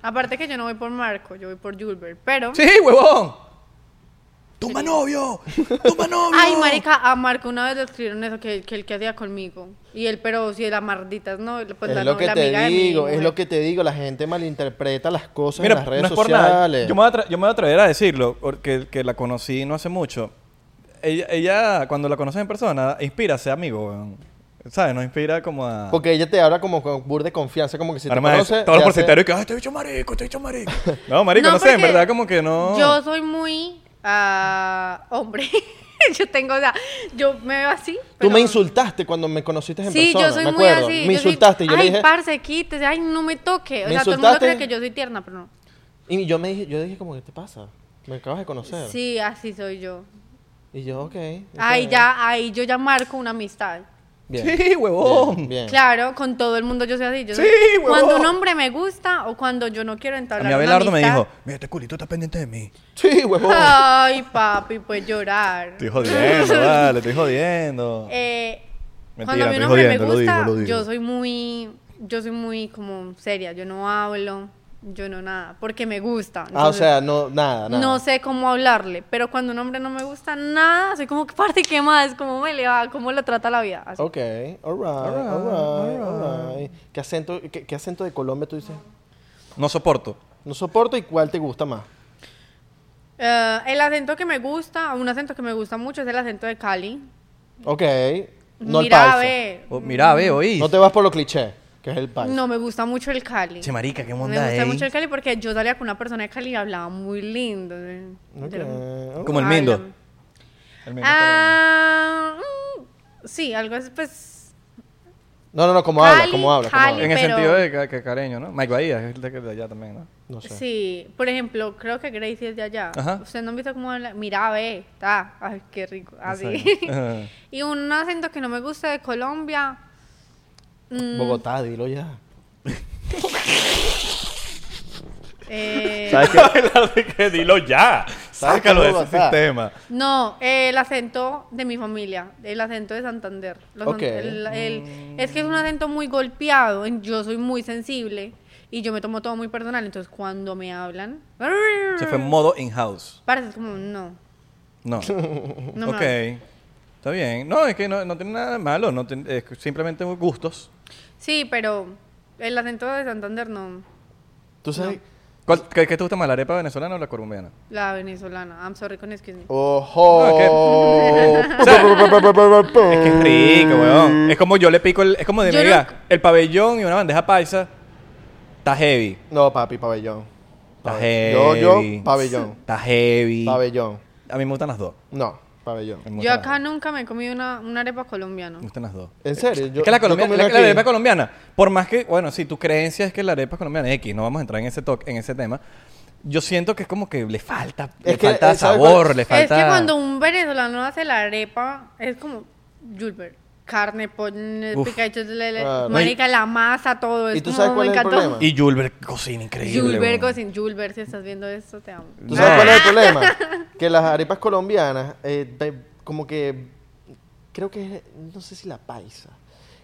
Speaker 3: Aparte que yo no voy por Marco, yo voy por Julbert, pero...
Speaker 4: ¡Sí, huevón! ¡Tumba novio! ¡Tumba novio!
Speaker 3: Ay, marica, a Marco una vez le escribieron eso, que, que el que hacía conmigo. Y él, pero si la mardita, no, pues la,
Speaker 2: es lo
Speaker 3: no-
Speaker 2: que
Speaker 3: la
Speaker 2: te
Speaker 3: amiga de mi pues.
Speaker 2: digo, es
Speaker 3: mujer.
Speaker 2: lo que te digo. La gente malinterpreta las cosas
Speaker 4: Mira,
Speaker 2: en las redes
Speaker 4: no es por nada.
Speaker 2: sociales.
Speaker 4: Yo me, voy a atra- yo me voy a atrever a decirlo, porque que la conocí no hace mucho. Ella, ella, cuando la conoces en persona, inspira a ser amigo, weón. ¿Sabes? Nos inspira como a...
Speaker 2: Porque ella te habla como con bur de confianza, como que si
Speaker 4: Además,
Speaker 2: te conoce,
Speaker 4: todos
Speaker 2: te
Speaker 4: los
Speaker 2: hace-
Speaker 4: porcenteros y que, "Ay, este bicho marico, este bicho marico. No, marico, no, sé, en
Speaker 3: porque
Speaker 4: verdad como que no...
Speaker 3: Yo soy muy ah, hombre. yo tengo, o sea, yo me veo así.
Speaker 2: Tú
Speaker 3: pero-
Speaker 2: me insultaste cuando me conociste en
Speaker 3: Sí,
Speaker 2: persona,
Speaker 3: yo soy
Speaker 2: me
Speaker 3: muy
Speaker 2: acuerdo.
Speaker 3: así.
Speaker 2: me
Speaker 3: yo soy-
Speaker 2: insultaste y yo
Speaker 3: ay,
Speaker 2: le dije...
Speaker 3: parce, quítese, ay, no me toque. O
Speaker 2: ¿Me
Speaker 3: sea, todo el mundo cree
Speaker 2: insultaste?
Speaker 3: que yo soy tierna, pero no.
Speaker 2: Y yo me dije, yo dije como, ¿qué te pasa? Me acabas de conocer.
Speaker 3: Sí, así soy yo.
Speaker 2: Y yo, ok. está
Speaker 3: Ahí
Speaker 2: bien".
Speaker 3: ya, ahí yo ya marco una amistad.
Speaker 2: Bien, bien,
Speaker 4: Sí, huevón.
Speaker 2: bien.
Speaker 3: Claro, con todo el mundo yo soy así. Yo soy-
Speaker 4: Sí, huevón.
Speaker 3: cuando un hombre me gusta o cuando yo no quiero
Speaker 4: A
Speaker 3: entablar
Speaker 4: mí
Speaker 3: una
Speaker 4: Abelardo me
Speaker 3: amistad-
Speaker 4: dijo, mira, este culito está pendiente de mí.
Speaker 2: Sí, huevón.
Speaker 3: Ay, papi, pues llorar.
Speaker 4: Estoy jodiendo, vale, estoy jodiendo.
Speaker 3: Eh,
Speaker 4: Mentira,
Speaker 3: cuando a mí un
Speaker 4: estoy
Speaker 3: hombre
Speaker 4: jodiendo,
Speaker 3: me
Speaker 4: lo
Speaker 3: gusta,
Speaker 4: digo, lo digo.
Speaker 3: yo soy muy, yo soy muy como seria, yo no hablo, yo no nada, porque me gusta.
Speaker 2: Ah, o
Speaker 3: entonces,
Speaker 2: sea, no, nada, nada.
Speaker 3: No sé cómo hablarle, pero cuando un hombre no me gusta nada, soy como, parte que más? ¿Cómo me le va? ¿Cómo lo trata la vida? Así.
Speaker 2: Ok, alright, alright, alright, alright. ¿Qué acento, qué, qué acento de Colombia tú dices?
Speaker 4: No soporto.
Speaker 2: No soporto y cuál te gusta más.
Speaker 3: Eh, el acento que me gusta, un acento que me gusta mucho es el acento de Cali.
Speaker 2: Ok, no el
Speaker 3: Mira,
Speaker 2: paisa.
Speaker 3: ve,
Speaker 4: Oh, mira, ve, oí.
Speaker 2: No te vas por lo cliché, que es el paisa.
Speaker 3: no me gusta mucho el Cali.
Speaker 4: Che, marica, qué
Speaker 3: Me
Speaker 4: monda
Speaker 3: gusta
Speaker 4: ey.
Speaker 3: mucho el Cali porque yo salía con una persona de Cali y hablaba muy lindo. ¿sí?
Speaker 2: Ok,
Speaker 3: Era-
Speaker 2: ok.
Speaker 4: Como el
Speaker 3: Habla.
Speaker 4: Mindo. El Mindo
Speaker 3: Ah, mm, sí, algo es pues
Speaker 2: No, no, no, como
Speaker 3: Cali,
Speaker 2: habla, como habla. cómo
Speaker 3: Cali.
Speaker 2: habla.
Speaker 4: colombiano. En el
Speaker 3: pero-
Speaker 4: sentido de ca- que careño, ¿no? Mike Bahía es el de que- de allá también, ¿no?
Speaker 2: No sé.
Speaker 3: sí, por ejemplo, creo que Gracie es de allá.
Speaker 4: Ajá.
Speaker 3: Ustedes no han visto cómo habla, mira, ve, está, ay, qué rico, así.
Speaker 4: Exacto.
Speaker 3: y un acento que no me gusta de Colombia. mm,
Speaker 2: Bogotá, dilo ya.
Speaker 3: eh,
Speaker 4: que Ah, dilo ya.
Speaker 2: Sácalo de ese sistema.
Speaker 3: No, eh, el acento de mi familia, el acento de Santander. Los
Speaker 2: Ok.
Speaker 3: san- el-
Speaker 4: Mm.
Speaker 3: el- es que es un acento muy golpeado, en- yo soy muy sensible y yo me tomo todo muy personal, entonces cuando me hablan,
Speaker 4: Se fue en modo in-house.
Speaker 3: parece como no.
Speaker 4: No.
Speaker 3: no
Speaker 4: ok.
Speaker 3: me-
Speaker 4: Está bien. No, es que no, no tiene nada de malo. No tiene- es que simplemente gustos.
Speaker 3: Sí, pero el acento de Santander no,
Speaker 2: ¿Tú sabes?
Speaker 4: ¿Cuál- ¿Qué, qué te gusta más, la arepa venezolana o la colombiana?
Speaker 3: la venezolana. I'm sorry con excuse me.
Speaker 2: ¡Ojo!
Speaker 4: Es que es
Speaker 2: Mm.
Speaker 4: rico, weón. Es como yo le pico el... Es como de
Speaker 3: Yo
Speaker 4: mira,
Speaker 3: nunca-
Speaker 4: el pabellón y una bandeja paisa. Está heavy.
Speaker 2: No, papi, pabellón.
Speaker 4: Está
Speaker 2: Yo,
Speaker 4: heavy.
Speaker 2: yo, pabellón.
Speaker 4: Está heavy.
Speaker 2: Pabellón.
Speaker 4: A mí me gustan las dos.
Speaker 2: No, pabellón.
Speaker 4: Me
Speaker 3: Yo
Speaker 4: gustan las
Speaker 3: acá nunca me he comido una, una arepa colombiana.
Speaker 4: dos. Me gustan las dos.
Speaker 2: ¿En serio? Yo-
Speaker 4: es que la,
Speaker 2: yo
Speaker 4: colombiana-
Speaker 2: comí
Speaker 4: la-
Speaker 2: una
Speaker 4: la
Speaker 2: aquí.
Speaker 4: arepa colombiana, por más que, bueno, si tu creencia es que la arepa colombiana es X, no vamos a entrar en ese toque, en ese tema. Yo siento que es como que le falta, le
Speaker 2: que,
Speaker 4: falta
Speaker 2: eh, ¿sabes
Speaker 4: sabor,
Speaker 2: cuál?
Speaker 4: le falta.
Speaker 3: Es que cuando un venezolano hace la arepa, es como, Julbert, carne, pollo,
Speaker 4: Uf.
Speaker 3: picachos, le- le-
Speaker 2: Claro.
Speaker 3: marica, la masa, todo.
Speaker 2: Ah, ¿Y
Speaker 3: es
Speaker 2: tú
Speaker 3: como,
Speaker 2: sabes
Speaker 3: me
Speaker 2: cuál es el
Speaker 3: encantó.
Speaker 2: problema?
Speaker 4: Y Julbert cocina increíble.
Speaker 3: Julbert,
Speaker 4: weón.
Speaker 3: Gosin, Julbert, si estás viendo esto, te amo.
Speaker 2: ¿Tú sabes cuál es el problema? Que las arepas colombianas, eh, de- como que, creo que, es, no sé si la paisa,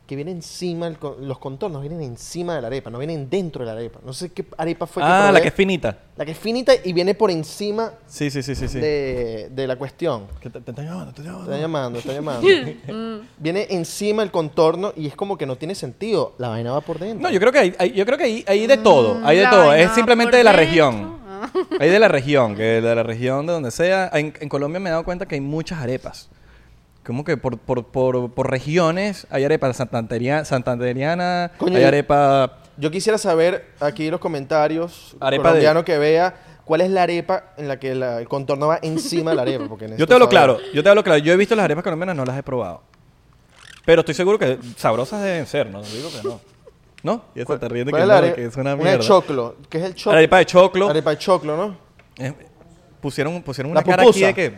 Speaker 2: que viene encima, el con- los contornos vienen encima de la arepa, no vienen dentro de la arepa. No sé qué arepa fue que
Speaker 4: Ah, la
Speaker 2: probé.
Speaker 4: que es finita.
Speaker 2: La que es finita y viene por encima
Speaker 4: Sí, sí, sí, sí. sí.
Speaker 2: de, de la cuestión.
Speaker 4: Que te, te están llamando, te están llamando.
Speaker 2: Está llamando, está llamando. viene encima el contorno y es como que no tiene sentido. La vaina va por dentro.
Speaker 4: No, yo creo que hay, hay- yo creo que hay, hay de todo,
Speaker 3: Mm,
Speaker 4: hay de
Speaker 3: la
Speaker 4: todo.
Speaker 3: vaina
Speaker 4: Es
Speaker 3: va
Speaker 4: simplemente
Speaker 3: por
Speaker 4: de la
Speaker 3: dentro.
Speaker 4: región.
Speaker 3: Ah.
Speaker 4: Hay de la región, que de la región de donde sea. En, en Colombia me he dado cuenta que hay muchas arepas. Como que por, por, por, por regiones hay arepa santanderia- santanderiana,
Speaker 2: Coño,
Speaker 4: hay
Speaker 2: y-
Speaker 4: arepa...
Speaker 2: Yo quisiera saber aquí en los comentarios,
Speaker 4: Arepa
Speaker 2: colombiano
Speaker 4: de-
Speaker 2: que vea, cuál es la arepa en la que la- el contorno va encima de la arepa. Porque
Speaker 4: Yo te hablo claro, yo te hablo claro. Yo he visto las arepas colombianas, no las he probado. Pero estoy seguro que sabrosas deben ser, no digo que no. ¿No? Y eso te riendo que,
Speaker 2: es
Speaker 4: no,
Speaker 2: la arepa?
Speaker 4: que es
Speaker 2: Una
Speaker 4: una
Speaker 2: de
Speaker 4: mierda.
Speaker 2: choclo. ¿Qué es el choclo?
Speaker 4: Arepa de choclo.
Speaker 2: Arepa de choclo, ¿no?
Speaker 4: Eh, pusieron, pusieron
Speaker 2: La
Speaker 4: una cara aquí
Speaker 2: pupusa.
Speaker 4: de que...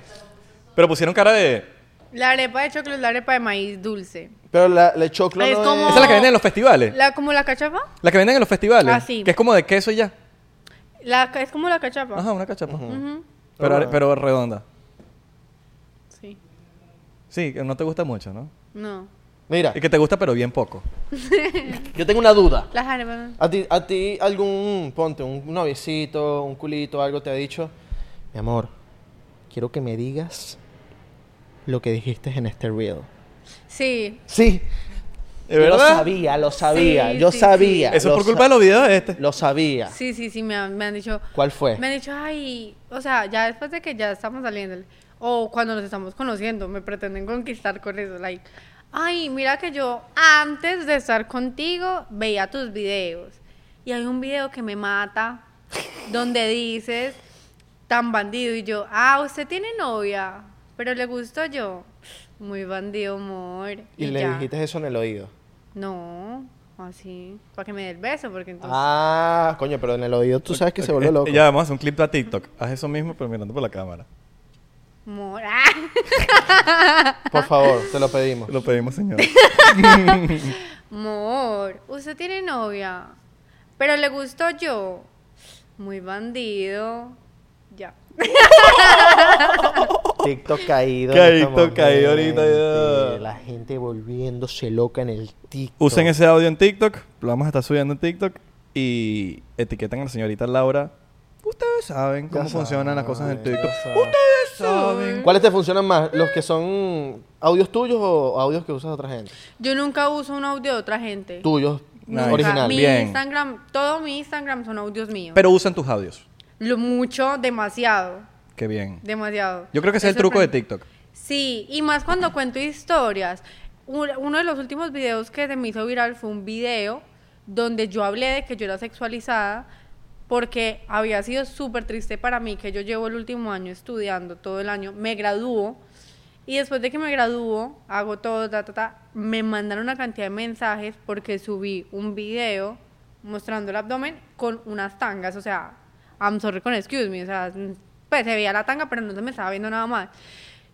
Speaker 4: Pero pusieron cara de...
Speaker 3: La arepa de choclo es la arepa de maíz dulce.
Speaker 2: Pero la, la choclo
Speaker 3: Es
Speaker 2: no
Speaker 3: como-
Speaker 4: Esa es la que venden en los festivales.
Speaker 3: La, ¿Como la cachapa?
Speaker 4: La que venden en los festivales.
Speaker 3: Ah, sí.
Speaker 4: Que es como de queso y ya.
Speaker 3: La, ca- es como la cachapa.
Speaker 4: Ajá, una cachapa.
Speaker 2: Ah,
Speaker 4: pero,
Speaker 2: bueno.
Speaker 4: pero redonda.
Speaker 3: Sí.
Speaker 4: Sí, que no te gusta mucho, ¿no?
Speaker 3: No.
Speaker 2: Mira,
Speaker 4: Y que te gusta, pero bien poco.
Speaker 2: yo tengo una duda.
Speaker 3: Las arepas.
Speaker 2: ¿A ti, a ti algún, ponte, un noviecito, un culito, algo te ha dicho? Mi amor, quiero que me digas lo que dijiste en este reel.
Speaker 3: Sí.
Speaker 2: Sí,
Speaker 4: ¿De
Speaker 2: lo
Speaker 4: verdad?
Speaker 2: sabía, lo sabía,
Speaker 3: Sí,
Speaker 2: yo
Speaker 3: sí,
Speaker 2: sabía.
Speaker 4: Eso
Speaker 2: lo
Speaker 4: es por culpa de
Speaker 2: sa-
Speaker 4: los videos de este.
Speaker 2: Lo sabía.
Speaker 3: Sí, sí, sí, me han, me han dicho.
Speaker 2: ¿Cuál fue?
Speaker 3: Me han dicho, ay, o sea, ya después de que ya estamos saliendo, o cuando nos estamos conociendo, me pretenden conquistar con eso, like, ay, mira que yo antes de estar contigo veía tus videos. Y hay un video que me mata, donde dices, tan bandido, y yo, ah, usted tiene novia. pero le gustó yo. Muy bandido, amor.
Speaker 2: Y,
Speaker 3: Y,
Speaker 2: le
Speaker 3: ya.
Speaker 2: dijiste eso en el oído.
Speaker 3: No, así. Para que me dé el beso, porque entonces.
Speaker 2: Ah, coño, pero en el oído tú sabes que se vuelve loco.
Speaker 4: Ya, vamos a hacer un clip para TikTok. Haz eso mismo, pero mirando por la cámara.
Speaker 3: Amor.
Speaker 2: Por favor, te lo pedimos.
Speaker 4: Lo pedimos, señor.
Speaker 3: Amor, usted tiene novia, pero le gustó yo. Muy bandido. Ya.
Speaker 2: TikTok caído.
Speaker 4: Caído,
Speaker 2: en este
Speaker 4: caído
Speaker 2: momento.
Speaker 4: ahorita, ya.
Speaker 2: La gente volviéndose loca en el TikTok.
Speaker 4: Usen ese audio en TikTok. Lo vamos a estar subiendo en TikTok. Y etiquetan a la señorita Laura. Ustedes saben
Speaker 2: Ya
Speaker 4: cómo funcionan las cosas en
Speaker 2: saben,
Speaker 4: TikTok.
Speaker 2: ya saben.
Speaker 4: Ustedes saben.
Speaker 2: ¿Cuáles te funcionan más? ¿Los que son audios tuyos o audios que usas de otra gente?
Speaker 3: Yo nunca uso un audio de otra gente.
Speaker 2: Tuyos,
Speaker 4: Nice.
Speaker 3: Nunca.
Speaker 2: original.
Speaker 3: Mi
Speaker 4: Bien.
Speaker 3: Instagram, todo mi Instagram son audios míos.
Speaker 4: Pero usan tus audios.
Speaker 3: Lo mucho, demasiado,
Speaker 4: Qué bien.
Speaker 3: demasiado.
Speaker 4: Yo creo que ese es el
Speaker 3: Me
Speaker 4: truco de
Speaker 3: sorprende.
Speaker 4: TikTok.
Speaker 3: Sí, y más cuando cuento historias. Un- Uno de los últimos videos que se me hizo viral fue un video donde yo hablé de que yo era sexualizada porque había sido súper triste para mí que yo llevo el último año estudiando, todo el año, me graduó y después de que me graduó, hago todo, ta, ta, ta, me mandaron una cantidad de mensajes porque subí un video mostrando el abdomen con unas tangas, o sea, I'm sorry con excuse me, o sea, pues se veía la tanga pero no se me estaba viendo nada más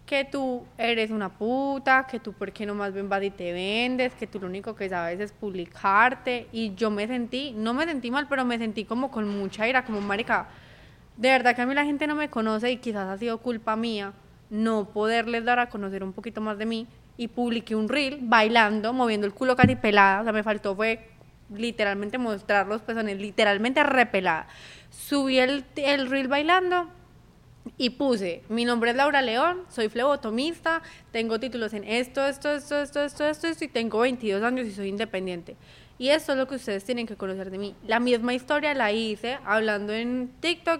Speaker 3: que tú eres una puta, que tú por qué no más bien vas y te vendes, que tú lo único que sabes es publicarte. Y yo me sentí, no me sentí mal, pero me sentí como con mucha ira, como marica. De verdad que a mí la gente no me conoce y quizás ha sido culpa mía no poderles dar a conocer un poquito más de mí. Y publiqué un reel bailando, moviendo el culo caripelada. O sea, me faltó fue literalmente mostrar los pezones, literalmente repelada. Subí el, el reel bailando y puse, mi nombre es Laura León, soy flebotomista, tengo títulos en esto, esto, esto, esto, esto, esto, esto, y tengo 22 años y soy independiente. Y esto es lo que ustedes tienen que conocer de mí. La misma historia la hice hablando en TikTok,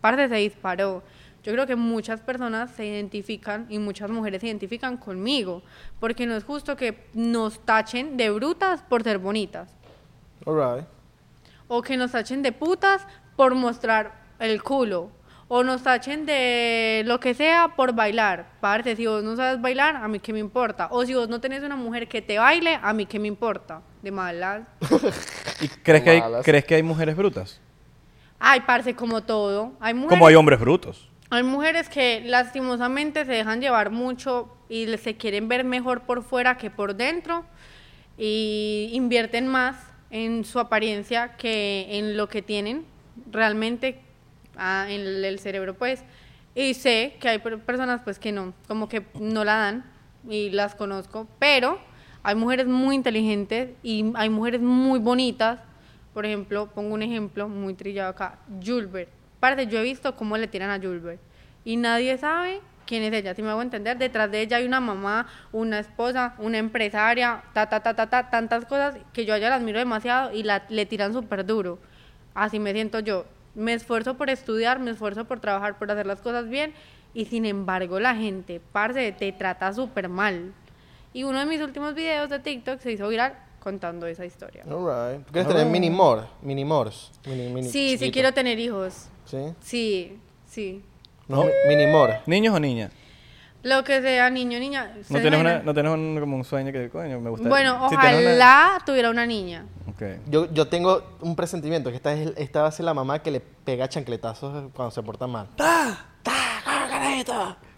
Speaker 3: parte se disparó. Yo creo que muchas personas se identifican y muchas mujeres se identifican conmigo, porque no es justo que nos tachen de brutas por ser bonitas
Speaker 2: All right.
Speaker 3: o que nos tachen de putas por mostrar el culo, o nos tachen de lo que sea por bailar. Parte, si vos no sabes bailar, a mí qué me importa. O si vos no tenés una mujer que te baile, a mí qué me importa. De malas.
Speaker 4: ¿Y crees que, hay,
Speaker 2: Malas.
Speaker 4: crees que hay mujeres brutas?
Speaker 3: Ay, parce, como todo. Hay mujeres,
Speaker 4: Como hay hombres brutos.
Speaker 3: hay mujeres que lastimosamente se dejan llevar mucho y le- se quieren ver mejor por fuera que por dentro y invierten más en su apariencia que en lo que tienen realmente ah, en el, el cerebro pues y sé que hay per- personas pues que no como que no la dan y las conozco pero hay mujeres muy inteligentes y hay mujeres muy bonitas por ejemplo pongo un ejemplo muy trillado acá Julbert parte yo he visto cómo le tiran a Julbert y nadie sabe quién es ella si me hago entender detrás de ella hay una mamá una esposa una empresaria ta ta ta ta ta tantas cosas que yo a ella la admiro demasiado y la, le tiran súper duro así me siento yo. Me esfuerzo por estudiar, me esfuerzo por trabajar, por hacer las cosas bien y sin embargo la gente, parce, te trata súper mal. Y uno de mis últimos videos de TikTok se hizo viral contando esa historia.
Speaker 2: All right. ¿Quieres tener mini mor? Mini mors. Mini, mini
Speaker 3: sí, sí
Speaker 2: chiquito.
Speaker 3: quiero tener hijos.
Speaker 2: ¿Sí?
Speaker 3: Sí, sí.
Speaker 2: No, mini mor.
Speaker 4: ¿Niños o niñas?
Speaker 3: Lo que sea, niño, niña.
Speaker 4: ¿No
Speaker 3: ¿ustedes
Speaker 4: tienes, una-
Speaker 3: imaginan?
Speaker 4: no tienes un- como un sueño que, coño, me gusta?
Speaker 3: Bueno,
Speaker 4: si tienes una-
Speaker 3: ojalá tuviera una niña.
Speaker 4: Ok.
Speaker 2: Yo, yo tengo un presentimiento que esta, es, esta va a ser la mamá que le pega chancletazos cuando se porta mal.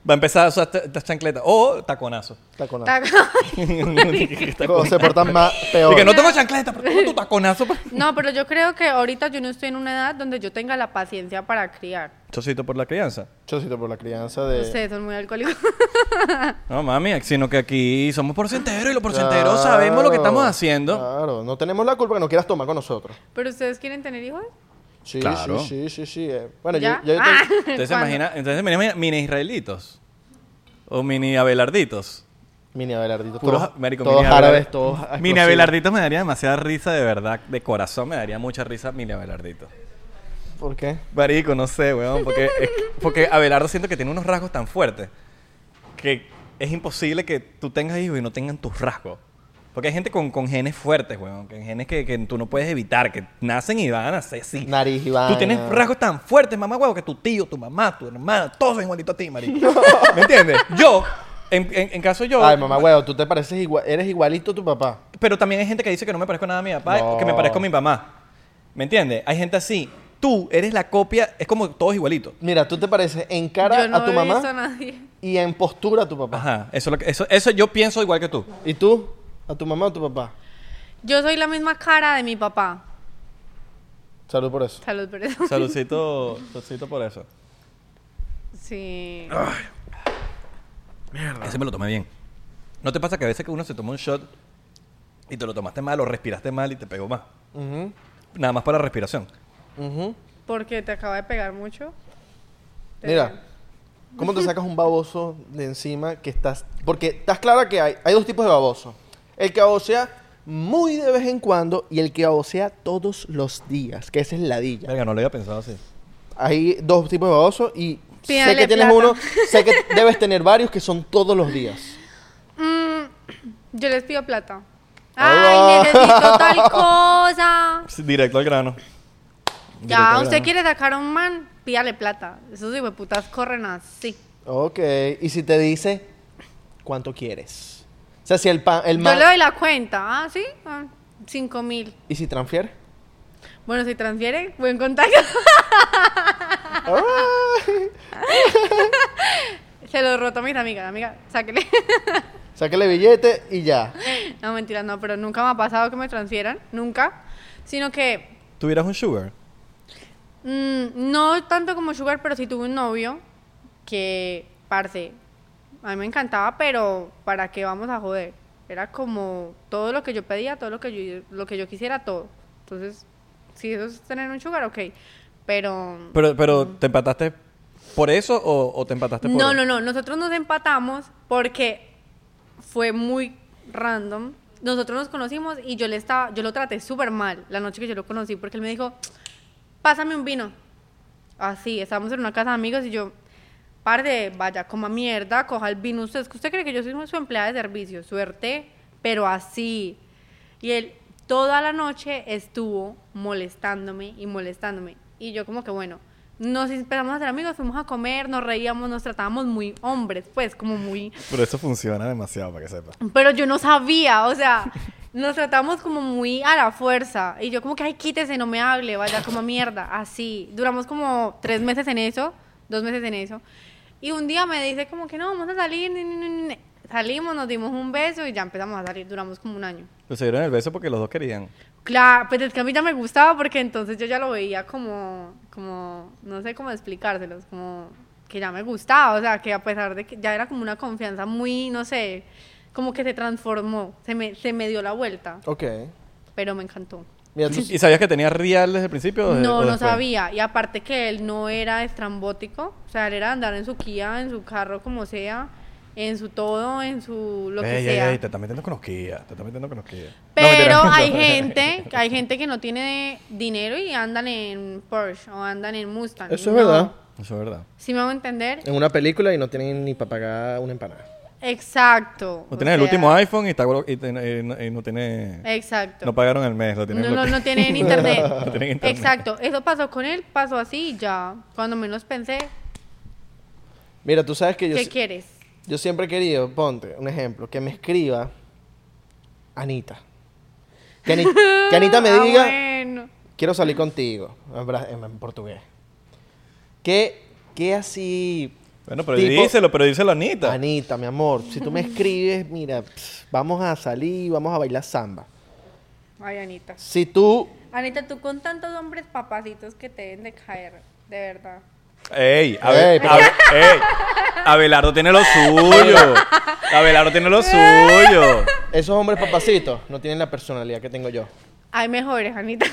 Speaker 4: Va a empezar a usar esta- estas chancletas. O taconazo.
Speaker 2: Taconazo. Cuando
Speaker 4: Taconazo.
Speaker 2: se portan mal, peor.
Speaker 4: Y que no tengo chancleta, pero tengo tu taconazo. pues". pa-
Speaker 3: No, pero yo creo que ahorita yo no estoy en una edad donde yo tenga la paciencia para criar.
Speaker 4: Chocito por la crianza.
Speaker 2: Chocito por la crianza de...
Speaker 3: Ustedes son muy alcohólicos.
Speaker 4: No, mami, sino que aquí somos porcenteros y los porcenteros sabemos lo que
Speaker 2: Claro,
Speaker 4: estamos haciendo.
Speaker 2: Claro, no tenemos la culpa que no quieras tomar con nosotros.
Speaker 3: ¿Pero ustedes quieren tener hijos?
Speaker 2: Sí,
Speaker 4: Claro.
Speaker 2: sí, sí, sí, sí. eh. Bueno,
Speaker 3: ¿Ya?
Speaker 2: yo, yo
Speaker 3: Ah,
Speaker 2: tengo-
Speaker 4: Entonces,
Speaker 3: ¿cuándo?
Speaker 4: imagina, entonces mira, mira, mini israelitos. O mini abelarditos.
Speaker 2: Mini Abelardito.
Speaker 4: Puros
Speaker 2: todos,
Speaker 4: marico,
Speaker 2: todos
Speaker 4: mini
Speaker 2: árabes,
Speaker 4: abelar-
Speaker 2: todos...
Speaker 4: Mini
Speaker 2: explosivos.
Speaker 4: abelarditos me daría demasiada risa, de verdad. De corazón me daría mucha risa mini abelarditos.
Speaker 2: ¿Por qué?
Speaker 4: Marico, no sé, weón. Porque, es- porque Abelardo siento que tiene unos rasgos tan fuertes que es imposible que tú tengas hijos y no tengan tus rasgos. Porque hay gente con, con genes fuertes, weón. Que genes que, que tú no puedes evitar, que nacen y van a ser así.
Speaker 2: Nariz y
Speaker 4: Tú
Speaker 2: vaina.
Speaker 4: tienes rasgos tan fuertes, mamá, huevo, que tu tío, tu mamá, tu hermana, todos son igualitos a ti, marico. ¿Me entiendes? Yo, en, en- en caso yo...
Speaker 2: Ay, mamá, huevo, tú te pareces igual, eres igualito a tu papá.
Speaker 4: Pero también hay gente que dice que no me parezco nada a mi papá,
Speaker 2: No.
Speaker 4: que me parezco a mi mamá. ¿Me entiendes? Hay gente así. Tú eres la copia, es como todos igualitos.
Speaker 2: Mira, tú te pareces en cara
Speaker 3: Yo no
Speaker 2: a tu
Speaker 3: he
Speaker 2: mamá
Speaker 3: visto a nadie.
Speaker 2: y en postura a tu papá.
Speaker 4: Ajá, eso, es lo que- eso, eso yo pienso igual que tú.
Speaker 2: ¿Y tú? ¿A tu mamá o a tu papá?
Speaker 3: Yo soy la misma cara de mi papá.
Speaker 2: Salud por eso.
Speaker 3: Salud por eso.
Speaker 4: Saludcito, saludcito por eso.
Speaker 3: Sí.
Speaker 4: Ese me lo tomé bien. ¿No te pasa que a veces que uno se toma un shot y te lo tomaste mal o respiraste mal y te pegó más?
Speaker 2: Ujú,
Speaker 4: Nada más para la respiración.
Speaker 2: ujú.
Speaker 3: Porque te acaba de pegar mucho. Te-
Speaker 2: Mira, ¿cómo te sacas un baboso de encima que estás...? Porque estás clara que hay, hay dos tipos de baboso. El que babosea muy de vez en cuando y el que babosea todos los días, que ese es ladilla.
Speaker 4: Verga, no lo había pensado así.
Speaker 2: Hay dos tipos de babosos y sé
Speaker 3: Pídale
Speaker 2: que tienes
Speaker 3: plata.
Speaker 2: uno, sé que debes tener varios que son todos los días.
Speaker 3: Yo les pido plata.
Speaker 2: Ah.
Speaker 3: Ay, necesito tal cosa.
Speaker 4: Directo al grano. Directo al
Speaker 3: Ya, usted
Speaker 4: grano.
Speaker 3: quiere sacar a un man, pídale plata. Esos putas corren así.
Speaker 2: Ok, y si te dice cuánto quieres. O sea, si el, pa- el
Speaker 3: Yo
Speaker 2: man...
Speaker 3: le doy la cuenta, ¿ah? ¿Sí? Ah, Cinco mil.
Speaker 2: ¿Y si transfiere?
Speaker 3: Bueno, si transfiere, buen contacto. Se lo roto a mis amigas, amiga, sáquele.
Speaker 2: Sáquele billete y ya.
Speaker 3: no, mentira, no, pero nunca me ha pasado que me transfieran, nunca. Sino que
Speaker 4: ¿Tuvieras un sugar?
Speaker 3: Mm, no tanto como Sugar, pero sí tuve un novio que, parce, a mí me encantaba, pero ¿para qué vamos a joder? Era como todo lo que yo pedía, todo lo que yo, lo que yo quisiera, todo. Entonces, si eso es tener un Sugar, ok. Pero...
Speaker 4: Pero, pero ¿te empataste por eso o, o te empataste por...?
Speaker 3: No, no, no, nosotros nos empatamos porque fue muy random. Nosotros nos conocimos y yo le estaba, yo lo traté súper mal la noche que yo lo conocí porque él me dijo, pásame un vino. Así, estábamos en una casa de amigos y yo, par de, vaya, coma mierda, coja el vino usted. es que ¿Usted cree que yo soy su empleada de servicio? Suerte, pero así. Y él toda la noche estuvo molestándome y molestándome. Y yo como que, bueno, nos empezamos a ser amigos, fuimos a comer, nos reíamos, nos tratábamos muy hombres, pues, como muy...
Speaker 4: Pero eso funciona demasiado, para que sepas.
Speaker 3: Pero yo no sabía, o sea, nos tratamos como muy a la fuerza. Y yo como que, ay, quítese, no me hable, vaya como mierda, así. Duramos como tres meses en eso, dos meses en eso. Y un día me dice como que no, vamos a salir. ni, ni, ni, ni". Salimos, nos dimos un beso y ya empezamos a salir. Duramos como un año.
Speaker 4: Pues se dieron el beso porque los dos querían.
Speaker 3: Claro, pues es que a mí ya me gustaba porque entonces yo ya lo veía como, como, no sé cómo explicárselos, como que ya me gustaba, o sea, que a pesar de que ya era como una confianza muy, no sé, como que se transformó, se me, se me dio la vuelta,
Speaker 2: Ok.
Speaker 3: pero me encantó.
Speaker 2: Mira, tú-
Speaker 4: ¿Y sabías que tenía real desde el principio? o de- o
Speaker 3: No, no
Speaker 4: después?
Speaker 3: sabía, y aparte que él no era estrambótico, o sea, él era andar en su Kia, en su carro, como sea, en su todo, en su lo que
Speaker 4: Ey, ey,
Speaker 3: sea.
Speaker 4: ey, te estás metiendo con osquilla, te estás metiendo con osquilla. No,
Speaker 3: Pero
Speaker 4: mentira.
Speaker 3: hay gente, hay gente que no tiene dinero y andan en Porsche o andan en Mustang.
Speaker 2: Eso es
Speaker 3: No.
Speaker 2: verdad.
Speaker 4: Eso es verdad.
Speaker 3: ¿Sí me hago entender?
Speaker 2: En una película y no tienen ni para pagar una empanada.
Speaker 3: Exacto.
Speaker 4: No
Speaker 3: o
Speaker 4: tienes el
Speaker 3: sea,
Speaker 4: último iPhone y, está, y, ten- y no, y no tiene...
Speaker 3: Exacto.
Speaker 4: No pagaron el mes, lo tienen
Speaker 3: No,
Speaker 4: lo
Speaker 3: no, no
Speaker 4: tienen-
Speaker 3: tienen internet.
Speaker 4: No tienen internet.
Speaker 3: Exacto. Eso pasó con él, pasó así y ya. Cuando menos pensé,
Speaker 2: Mira, tú sabes que yo,
Speaker 3: ¿qué
Speaker 2: si-
Speaker 3: quieres?
Speaker 2: yo siempre he querido, ponte un ejemplo, que me escriba Anita. Que, Ani- que Anita me
Speaker 3: Ah,
Speaker 2: diga,
Speaker 3: bueno.
Speaker 2: quiero salir contigo, en, bra- en- en portugués. ¿Qué, qué así?
Speaker 4: Bueno, pero
Speaker 2: tipo-
Speaker 4: díselo, pero díselo a Anita.
Speaker 2: Anita, mi amor, si tú me escribes, mira, pss, vamos a salir, vamos a bailar samba.
Speaker 3: Ay, Anita.
Speaker 2: Si tú,
Speaker 3: Anita, tú con tantos hombres papacitos que te deben de caer, de verdad.
Speaker 4: Ey, Abe-
Speaker 2: Ey, pero-
Speaker 4: Abe- ey, Abelardo tiene lo suyo. Abelardo tiene lo suyo.
Speaker 2: esos hombres papacitos, no tienen la personalidad que tengo yo.
Speaker 3: Hay mejores, Anita.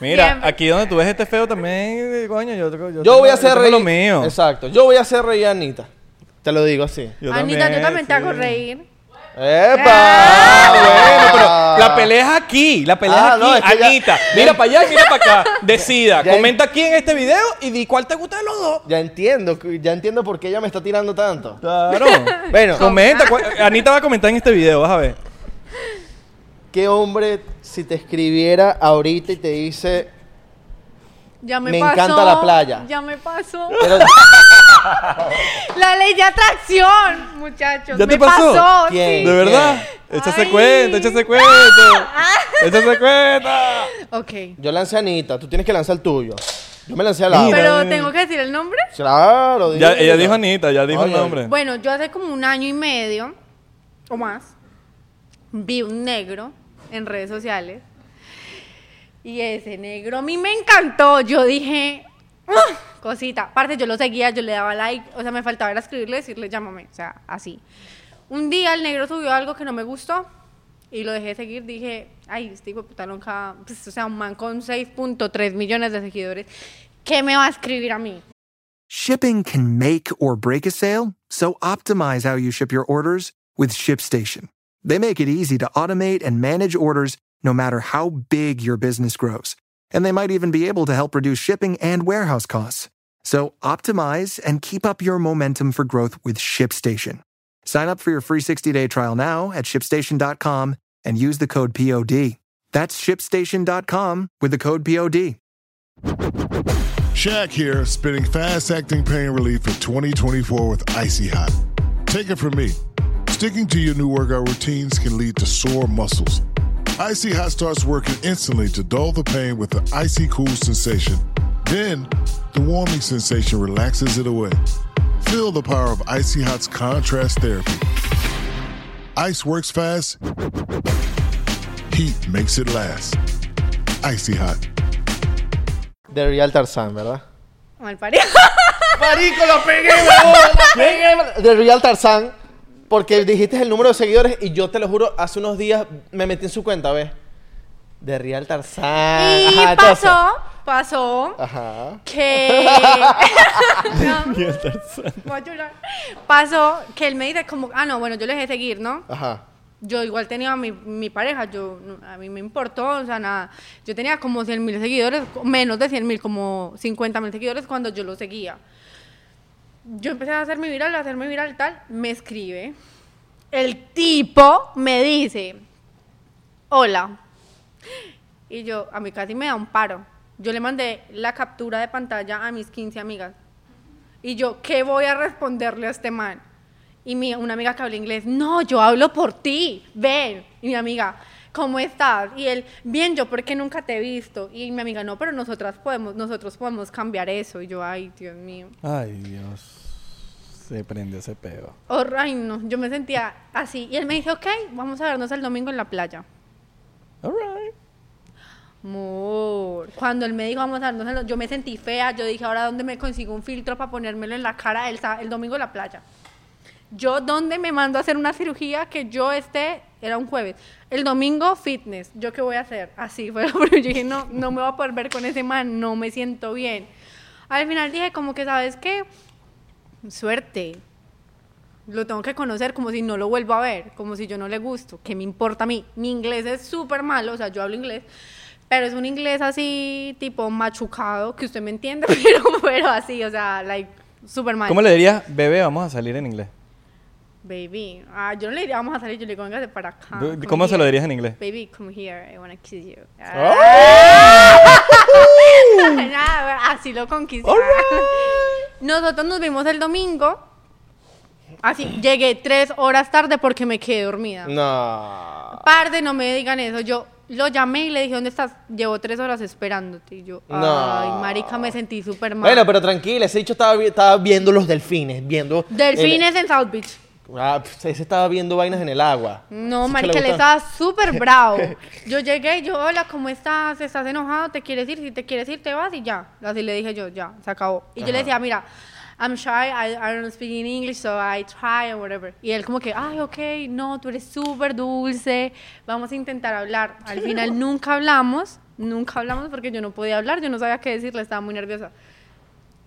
Speaker 4: Mira,
Speaker 3: Siempre.
Speaker 4: aquí donde tú ves este feo también, eh, coño, yo, yo,
Speaker 2: Yo voy a
Speaker 4: tengo-
Speaker 2: hacer
Speaker 4: yo
Speaker 2: reír.
Speaker 4: tengo lo mío.
Speaker 2: Exacto. Yo voy a hacer reír a Anita. Te lo digo así.
Speaker 4: Yo
Speaker 3: Anita, yo también te hago
Speaker 4: sí.
Speaker 3: reír.
Speaker 2: ¡Epa!
Speaker 4: Ah, bueno, pero
Speaker 2: Ah.
Speaker 4: la pelea es aquí, la pelea
Speaker 2: Ah,
Speaker 4: es
Speaker 2: no,
Speaker 4: aquí,
Speaker 2: es que ya-
Speaker 4: Anita.
Speaker 2: ya-
Speaker 4: Mira para allá y mira para acá. Decida,
Speaker 2: Ya-
Speaker 4: comenta aquí en este video y di cuál te gusta de los dos.
Speaker 2: Ya entiendo, cu- ya entiendo por qué ella me está tirando tanto.
Speaker 4: Claro.
Speaker 2: Bueno,
Speaker 4: Comenta, cua- Anita va a comentar en este video, vas a ver.
Speaker 2: ¿Qué hombre, si te escribiera ahorita y te dice,
Speaker 3: Ya me,
Speaker 2: Me
Speaker 3: pasó.
Speaker 2: encanta la playa. Eh.
Speaker 3: Ya me pasó.
Speaker 2: pero
Speaker 3: La ley de atracción, muchachos.
Speaker 4: ¿Ya
Speaker 3: me
Speaker 4: te pasó?
Speaker 2: ¿Quién?
Speaker 3: sí.
Speaker 4: ¿De verdad? Échase
Speaker 3: Ay.
Speaker 4: cuenta, échase cuenta. Échase cuenta.
Speaker 3: Ah, Ok.
Speaker 2: yo lancé a Anita, tú tienes que lanzar el tuyo? Yo me lancé a
Speaker 4: Mira.
Speaker 2: la
Speaker 3: Pero tengo que decir el nombre.
Speaker 2: Claro,
Speaker 4: Ya, ella
Speaker 2: dilo.
Speaker 4: dijo Anita, ya dijo el
Speaker 2: Oye,
Speaker 4: nombre.
Speaker 3: Bueno, yo hace como un año y medio o más vi un negro en redes sociales y ese negro a mí me encantó. Yo dije, "Ah", cosita. Aparte, yo lo seguía, yo le daba like, o sea, me faltaba era escribirle, decirle, llámame, o sea, así. Un día el negro subió algo que no me gustó y lo dejé de seguir. Dije, ay, este hijo de puta nunca, pues, o sea, un man con 6.3 millones de seguidores, ¿qué me va a escribir a mí?
Speaker 6: Shipping can make or break a sale, so optimize how you ship your orders with ShipStation. They make it easy to automate and manage orders no matter how big your business grows. And they might even be able to help reduce shipping and warehouse costs. So optimize and keep up your momentum for growth with ShipStation. Sign up for your free 60-day trial now at shipstation.com and use the code POD. That's shipstation.com with the code POD.
Speaker 7: Shaq here, spinning fast acting pain relief for 2024 with Icy Hot. Take it from me. Sticking to your new workout routines can lead to sore muscles. Icy Hot starts working instantly to dull the pain with the icy cool sensation. Then, the warming sensation relaxes it away. Feel the power of Icy Hot's contrast therapy. Ice works fast, heat makes it last. Icy Hot.
Speaker 2: De Real Tarzán, ¿verdad?
Speaker 3: Mal parido.
Speaker 2: ¡Marico, lo pegué, huevón! De Real Tarzán, porque dijiste el número de seguidores y yo te lo juro, hace unos días me metí en su cuenta, ¿ves? De Real Tarzán.
Speaker 3: Y
Speaker 2: Ah, Ajá, entonces-
Speaker 3: pasó, pasó
Speaker 2: Ajá.
Speaker 3: que. No, voy a llorar. Pasó que él me dice, como, ah, no, bueno, yo le dejé seguir, ¿no?
Speaker 2: Ajá.
Speaker 3: Yo igual tenía mi, mi pareja, yo, no- a mí me importó, o sea, nada. Yo tenía como 100 mil seguidores, co- menos de 100 mil, como 50 mil seguidores cuando yo lo seguía. Yo empecé a hacerme viral, a hacerme viral, tal. Me escribe. El tipo me dice, hola. Y yo, a mí casi me da un paro. Yo le mandé la captura de pantalla a mis 15 amigas. Y yo, ¿qué voy a responderle a este man? Y mi, una amiga que habla inglés, no, yo hablo por ti, ven. Y mi amiga, ¿cómo estás? Y él, bien, yo porque nunca te he visto. Y mi amiga, no, pero nosotras podemos, nosotros podemos cambiar eso. Y yo, ay, Dios mío.
Speaker 4: Ay, Dios. Se prendió ese pedo.
Speaker 3: Hor- ay, no, yo me sentía así. Y él me dice, ok, vamos a vernos el domingo en la playa.
Speaker 4: All right.
Speaker 3: Amor. Cuando él me dijo, vamos a vernos, en la-", yo me sentí fea. Yo dije, ahora, ¿dónde me consigo un filtro para ponérmelo en la cara el, sa- el domingo en la playa? Yo, ¿dónde me mando a hacer una cirugía que yo esté? Era un jueves. El domingo, fitness. ¿Yo qué voy a hacer? Así fue. Pero yo dije, no, no me voy a poder ver con ese man, no me siento bien. Al final dije, como que, ¿sabes qué? Suerte. Lo tengo que conocer como si no lo vuelvo a ver, como si yo no le gusto. ¿Qué me importa a mí? Mi inglés es súper malo, o sea, yo hablo inglés, pero es un inglés así, tipo machucado, que usted me entiende, pero, pero así, o sea, like, súper mal.
Speaker 4: ¿Cómo le dirías, bebé, vamos a salir en inglés?
Speaker 3: Baby, ah, yo no le diría vamos a salir, yo le digo, véngase para acá.
Speaker 4: Du-
Speaker 3: come
Speaker 4: ¿Cómo se lo
Speaker 3: here.
Speaker 4: dirías en inglés?
Speaker 3: Baby, come here, I wanna kiss you. Ah. Nada, así lo conquisté. Nosotros nos vimos el domingo. Así, llegué tres horas tarde porque me quedé dormida.
Speaker 2: No.
Speaker 3: Parde, no me digan eso. Yo lo llamé y le dije, ¿dónde estás? Llevo tres horas esperándote. Y yo,
Speaker 2: No.
Speaker 3: ay, marica, me sentí súper mal.
Speaker 2: Bueno, pero tranquila, ese dicho estaba, vi- estaba viendo los delfines, viendo...
Speaker 3: Delfines en South Beach.
Speaker 2: el- ah, pf, ese estaba viendo vainas en el agua.
Speaker 3: No,
Speaker 2: Ese
Speaker 3: marica, él
Speaker 2: le
Speaker 3: estaba
Speaker 2: gusta-
Speaker 3: súper bravo. Yo llegué y yo, hola, ¿cómo estás? ¿Estás enojado? ¿Te quieres ir? Si te quieres ir, te vas y ya. Así le dije yo, ya, se acabó. Y yo le decía, mira, I'm shy, I, I don't speak in English, so I try or whatever. Y él como que, ay, ok, no, tú eres súper dulce, vamos a intentar hablar. Al final nunca hablamos, nunca hablamos porque yo no podía hablar, yo no sabía qué decirle, estaba muy nerviosa.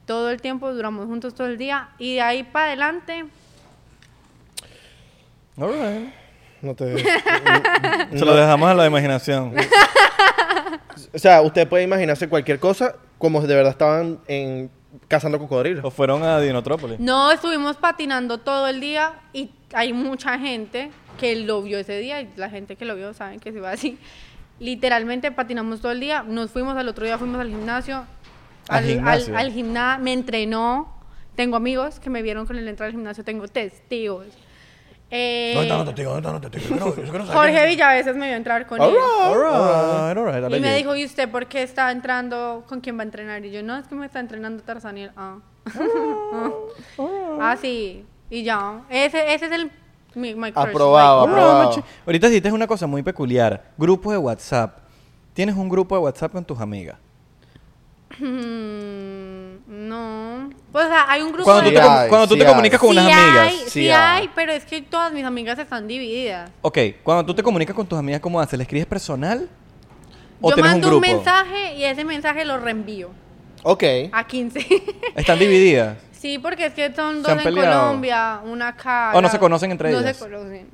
Speaker 3: Todo el tiempo, duramos juntos todo el día y de ahí para adelante...
Speaker 4: All right.
Speaker 2: No te-
Speaker 4: Se lo dejamos a la imaginación.
Speaker 2: o sea, usted puede imaginarse cualquier cosa como si de verdad estaban en, cazando cocodrilos.
Speaker 4: O fueron a Dinotrópolis.
Speaker 3: No, estuvimos patinando todo el día y hay mucha gente que lo vio ese día y la gente que lo vio saben que se va así. Literalmente patinamos todo el día, nos fuimos al otro día, fuimos al gimnasio.
Speaker 4: Al
Speaker 3: Al,
Speaker 4: gimnasio.
Speaker 3: al gimna- me entrenó. Tengo amigos que me vieron con el entrar al gimnasio, tengo testigos. Eh,
Speaker 4: ¿Dónde están los testigos? ¿Dónde están los testigos? Yo no- yo no sabía.
Speaker 3: Jorge Villaveses me vio entrar con
Speaker 2: All
Speaker 3: él.
Speaker 2: right.
Speaker 4: All right, all right, I
Speaker 3: Y
Speaker 4: like
Speaker 3: me
Speaker 4: it.
Speaker 3: dijo, ¿y usted por qué está entrando? ¿Con quién va a entrenar? Y yo, no, es que me está entrenando Tarzán y él, ah.
Speaker 4: Oh.
Speaker 3: ah, sí. Y ya. Ese, ese es el... Mi, my crush,
Speaker 2: Aprobado.
Speaker 3: my-
Speaker 4: No,
Speaker 2: Aprobado.
Speaker 4: machi- Ahorita dijiste una cosa muy peculiar. Grupos de WhatsApp. Tienes un grupo de WhatsApp con tus amigas.
Speaker 3: Mm, no. Pues o sea, hay un grupo
Speaker 4: Cuando tú
Speaker 3: de...
Speaker 4: te, com-
Speaker 2: hay,
Speaker 4: cuando tú
Speaker 2: sí
Speaker 4: te
Speaker 2: hay.
Speaker 4: comunicas con unas
Speaker 3: sí
Speaker 4: amigas. ah.
Speaker 3: Hay, sí,
Speaker 2: Sí hay.
Speaker 3: hay, pero es que todas mis amigas están divididas.
Speaker 4: Ok, cuando tú te comunicas con tus amigas, ¿cómo haces? ¿Le escribes personal? ¿O
Speaker 3: Yo
Speaker 4: tienes
Speaker 3: mando
Speaker 4: un
Speaker 3: un,
Speaker 4: grupo?
Speaker 3: mensaje y ese mensaje lo reenvío
Speaker 2: Ok.
Speaker 3: a 15.
Speaker 4: Están divididas.
Speaker 3: sí, porque es que son
Speaker 4: ¿Se
Speaker 3: dos
Speaker 4: han
Speaker 3: en
Speaker 4: peleado?
Speaker 3: Colombia, una acá.
Speaker 4: ¿O no
Speaker 3: la-
Speaker 4: se conocen entre
Speaker 3: no
Speaker 4: ellas?
Speaker 3: se conocen.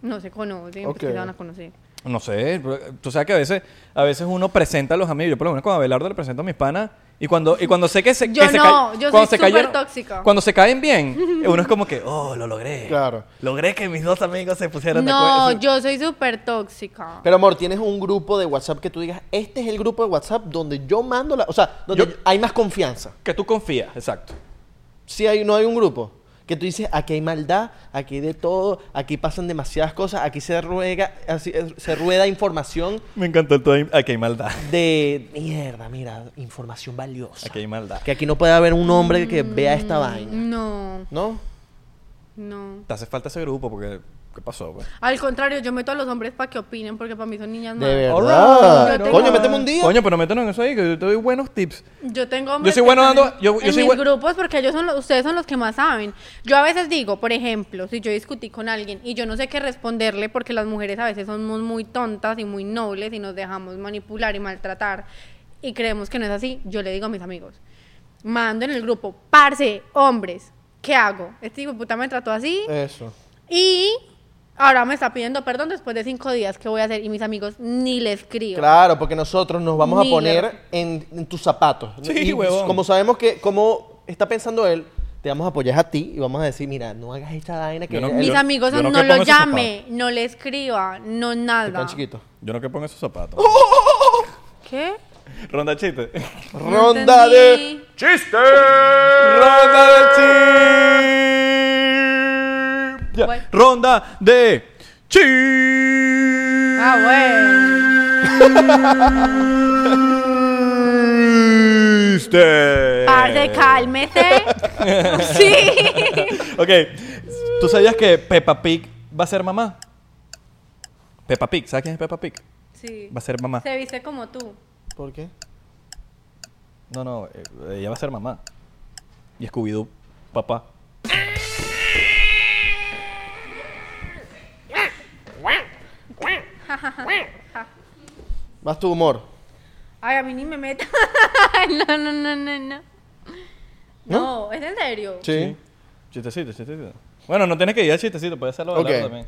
Speaker 3: No se conocen,
Speaker 2: Ok.
Speaker 3: porque se van a conocer.
Speaker 4: No sé, pero eh, tú sabes que a veces, a veces uno presenta a los amigos. Yo por lo menos con Abelardo le presento a mis panas. Y cuando, y cuando sé que se,
Speaker 3: Yo
Speaker 4: que se
Speaker 3: no,
Speaker 4: caen-
Speaker 3: yo
Speaker 4: cuando
Speaker 3: soy
Speaker 4: se cayeron-
Speaker 3: súper tóxica.
Speaker 4: Cuando se caen bien, uno es como que, oh, lo logré.
Speaker 2: Claro.
Speaker 4: Logré que mis dos amigos se pusieran de
Speaker 3: No,
Speaker 4: acuerdo.
Speaker 3: yo soy súper tóxica.
Speaker 2: Pero amor, tienes un grupo de WhatsApp que tú digas, este es el grupo de WhatsApp donde yo mando la. O sea, donde
Speaker 4: Yo-
Speaker 2: hay más confianza.
Speaker 4: Que tú confías, exacto.
Speaker 2: Si hay, no hay un grupo. Que tú dices, aquí hay maldad, aquí hay de todo, aquí pasan demasiadas cosas, aquí se ruega, así, eh, se rueda información
Speaker 4: Me encantó el todo. Aquí hay maldad.
Speaker 2: de mierda, mira, información valiosa.
Speaker 4: Aquí hay maldad.
Speaker 2: Que aquí no puede haber un hombre que vea esta vaina.
Speaker 3: No,
Speaker 2: ¿No?
Speaker 3: no.
Speaker 4: Te hace falta ese grupo porque, ¿qué pasó? Pues?
Speaker 3: Al contrario, yo meto a los hombres para que opinen, porque para mí son niñas
Speaker 2: De
Speaker 3: malas.
Speaker 2: verdad.
Speaker 3: Yo tengo-
Speaker 2: Coño, méteme un día.
Speaker 4: Coño, pero métenos en eso ahí, que yo te doy buenos tips.
Speaker 3: Yo tengo hombres
Speaker 4: soy
Speaker 3: que
Speaker 4: bueno
Speaker 3: están
Speaker 4: dando-
Speaker 3: en-
Speaker 4: yo- yo
Speaker 3: en
Speaker 4: soy
Speaker 3: mis
Speaker 4: buen-
Speaker 3: grupos porque ellos son los- ustedes son los que más saben. Yo a veces digo, por ejemplo, si yo discutí con alguien y yo no sé qué responderle porque las mujeres a veces somos muy tontas y muy nobles y nos dejamos manipular y maltratar y creemos que no es así, yo le digo a mis amigos, mando en el grupo, parce, hombres, ¿qué hago? Este hijo de puta me trató así
Speaker 2: Eso.
Speaker 3: y ahora me está pidiendo perdón después de cinco días, ¿qué voy a hacer? Y mis amigos ni le escribo.
Speaker 2: Claro, porque nosotros nos vamos a
Speaker 3: Mira.
Speaker 2: poner en, en tus zapatos.
Speaker 4: Sí,
Speaker 2: Y
Speaker 4: huevón.
Speaker 2: Como sabemos que, como está pensando él, te vamos a apoyar a ti y vamos a decir, mira, no hagas esta vaina que
Speaker 4: Eh, Yo no-
Speaker 2: él-
Speaker 3: Mis
Speaker 4: yo-
Speaker 3: amigos
Speaker 4: yo
Speaker 3: no,
Speaker 4: no que pongo
Speaker 3: lo
Speaker 4: esos
Speaker 3: llame, no le escriba, no
Speaker 2: que está
Speaker 3: nada.
Speaker 2: chiquito.
Speaker 4: Yo no que pongo esos zapatos.
Speaker 3: ¿Qué?
Speaker 4: Ronda chiste.
Speaker 2: Ronda de
Speaker 3: entendí.
Speaker 2: chiste.
Speaker 4: Ronda de chip.
Speaker 3: Bueno.
Speaker 4: Ronda de chip.
Speaker 3: Ah, bueno.
Speaker 4: Chiste.
Speaker 2: Ah,
Speaker 3: Parce, Ah, cálmese. sí.
Speaker 4: Ok, ¿tú sabías que Peppa Pig va a ser mamá? Peppa Pig, ¿sabes quién es Peppa Pig?
Speaker 3: Sí.
Speaker 4: Va a ser mamá.
Speaker 3: Se viste como tú.
Speaker 2: ¿Por qué?
Speaker 4: No, no, eh, ella va a ser mamá. Y Scooby-Doo, papá.
Speaker 2: Vas tu humor.
Speaker 3: Ay, a mí ni me meta. no, no, no, no, no. No, es en serio.
Speaker 2: Sí.
Speaker 4: Chistecito, chistecito. Bueno, no tienes que ir al chistecito, puedes hacerlo
Speaker 2: Ok.
Speaker 4: okay. también.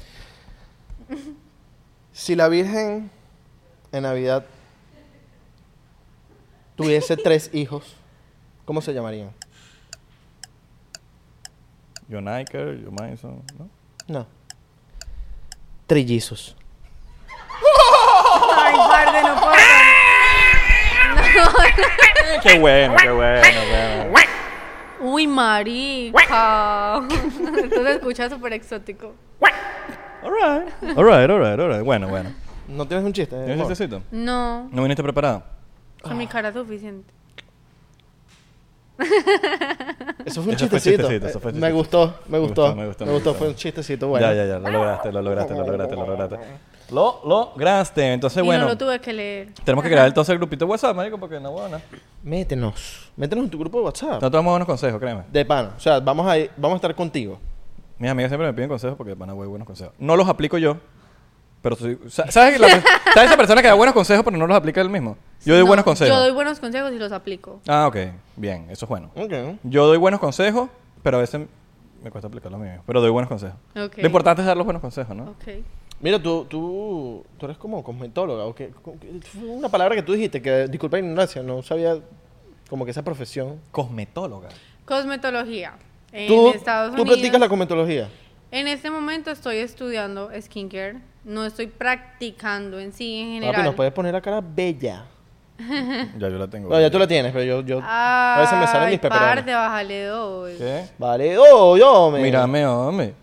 Speaker 2: Si la Virgen en Navidad tuviese tres hijos, ¿cómo se llamarían?
Speaker 4: Yo Niker, yo Mason, ¿no?
Speaker 2: No. Trillizos.
Speaker 3: Ay, parce, no puedo.
Speaker 4: Qué bueno, qué bueno, bueno.
Speaker 3: Uy, marica. Esto se escucha súper exótico.
Speaker 4: Alright. Alright, alright, alright. Bueno, bueno.
Speaker 2: ¿No tienes un chiste?
Speaker 4: ¿Tienes
Speaker 2: amor?
Speaker 4: chistecito?
Speaker 3: No,
Speaker 4: ¿No viniste preparado?
Speaker 3: con mi cara es suficiente.
Speaker 2: Eso fue un
Speaker 4: Eso fue
Speaker 2: chistecito.
Speaker 4: chistecito, eso fue
Speaker 2: Eh, Me
Speaker 4: chistecito.
Speaker 2: gustó, me gustó. Me
Speaker 4: Me gustó, me
Speaker 2: gustó,
Speaker 4: gustó,
Speaker 2: me
Speaker 4: me
Speaker 2: gustó.
Speaker 4: gustó.
Speaker 2: Fue un chistecito bueno.
Speaker 4: Ya, ya, ya, lo lograste, lo lograste, lo lograste, lo lograste. Lo lograste. Entonces,
Speaker 3: y
Speaker 4: bueno,
Speaker 3: no lo tuve que leer.
Speaker 4: tenemos que crear entonces el grupito de WhatsApp, marico, porque no, bueno.
Speaker 2: Métenos. Métenos en tu grupo de WhatsApp.
Speaker 4: No tomamos buenos consejos, créeme.
Speaker 2: De pana. O sea, vamos a, ir- vamos a estar contigo.
Speaker 4: Mis amigas siempre me piden consejos porque de pana güey, buenos consejos. No los aplico yo, pero soy... sa- ¿Sabes, la- ¿sabes esa persona que da buenos consejos pero no los aplica él mismo? Yo doy
Speaker 3: No,
Speaker 4: buenos consejos.
Speaker 3: Yo doy buenos consejos y los aplico.
Speaker 4: Ah, ok. Bien, eso es bueno.
Speaker 2: Ok.
Speaker 4: Yo doy buenos consejos, pero a veces me cuesta aplicar los míos. Pero doy buenos consejos.
Speaker 3: Ok.
Speaker 4: Lo importante es dar los buenos consejos, ¿no?
Speaker 3: Ok.
Speaker 2: Mira, tú, tú, tú eres como cosmetóloga. ¿o qué? Co- qué- fue Una palabra que tú dijiste, que disculpa la ignorancia, no sabía como que esa profesión.
Speaker 4: Cosmetóloga.
Speaker 3: Cosmetología. En
Speaker 2: tú
Speaker 3: Estados
Speaker 2: tú
Speaker 3: Unidos.
Speaker 2: practicas la cosmetología.
Speaker 3: En este momento estoy estudiando skincare. No estoy practicando en sí, en
Speaker 2: Papi,
Speaker 3: general.
Speaker 2: Ah, pues nos puedes poner la cara bella.
Speaker 4: Ya yo la tengo.
Speaker 2: No, ya tú la tienes, pero yo, yo a veces me salen
Speaker 3: Ay,
Speaker 2: mis peperones.
Speaker 3: parte, bájale dos.
Speaker 4: ¿Qué?
Speaker 2: Vale, oh, yo me.
Speaker 4: Mírame, hombre.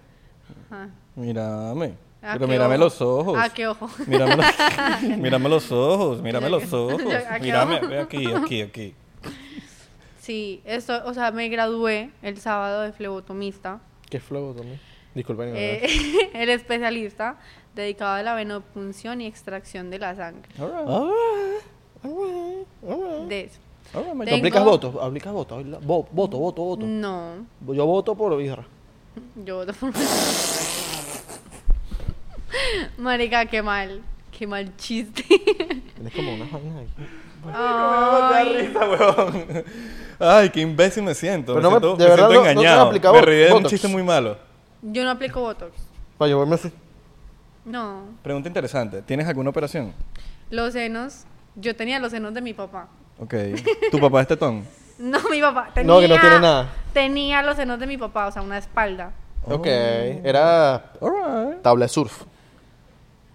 Speaker 3: Ajá.
Speaker 4: Mírame.
Speaker 3: ¿A
Speaker 4: Pero
Speaker 3: qué
Speaker 4: mírame
Speaker 3: ojo?
Speaker 4: los ojos.
Speaker 3: ¿A qué ojo?
Speaker 4: Mírame los, mírame los ojos, mírame los ojos.
Speaker 3: ¿A Ah, qué
Speaker 4: Mírame,
Speaker 3: ojo?
Speaker 4: ve aquí, aquí, aquí.
Speaker 3: Sí, esto, o sea, me gradué el sábado de flebotomista.
Speaker 2: Qué flow también. Disculpen.
Speaker 3: eh, el especialista dedicado a la venopunción y extracción de la sangre. De eso.
Speaker 2: ¿Tú
Speaker 3: tengo-
Speaker 2: aplicas votos? ¿Aplicas votos? Vo- Voto, voto, voto.
Speaker 3: No,
Speaker 2: Yo voto por Isra.
Speaker 3: yo voto por- Marica, qué mal. Qué mal chiste.
Speaker 2: Tienes como unas vainas ahí.
Speaker 4: Ay, qué imbécil me siento.
Speaker 2: Pero no
Speaker 4: me
Speaker 2: me-
Speaker 4: siento,
Speaker 2: de
Speaker 4: me
Speaker 2: verdad no- no
Speaker 4: siento
Speaker 2: te han
Speaker 4: engañado.
Speaker 2: aplicado
Speaker 4: me reí de un
Speaker 2: Botox.
Speaker 4: chiste muy malo.
Speaker 3: Yo no aplico Botox.
Speaker 2: Para llevarme así.
Speaker 3: No.
Speaker 4: Pregunta interesante. ¿Tienes alguna operación?
Speaker 3: Los senos. Yo tenía los senos de mi papá.
Speaker 4: Ok. ¿Tu papá es tetón?
Speaker 3: No, mi papá. Tenía,
Speaker 2: No, que no tiene nada.
Speaker 3: Tenía los senos de mi papá, o sea, una espalda.
Speaker 2: Ok. Oh. Era
Speaker 4: Alright.
Speaker 2: tabla de surf.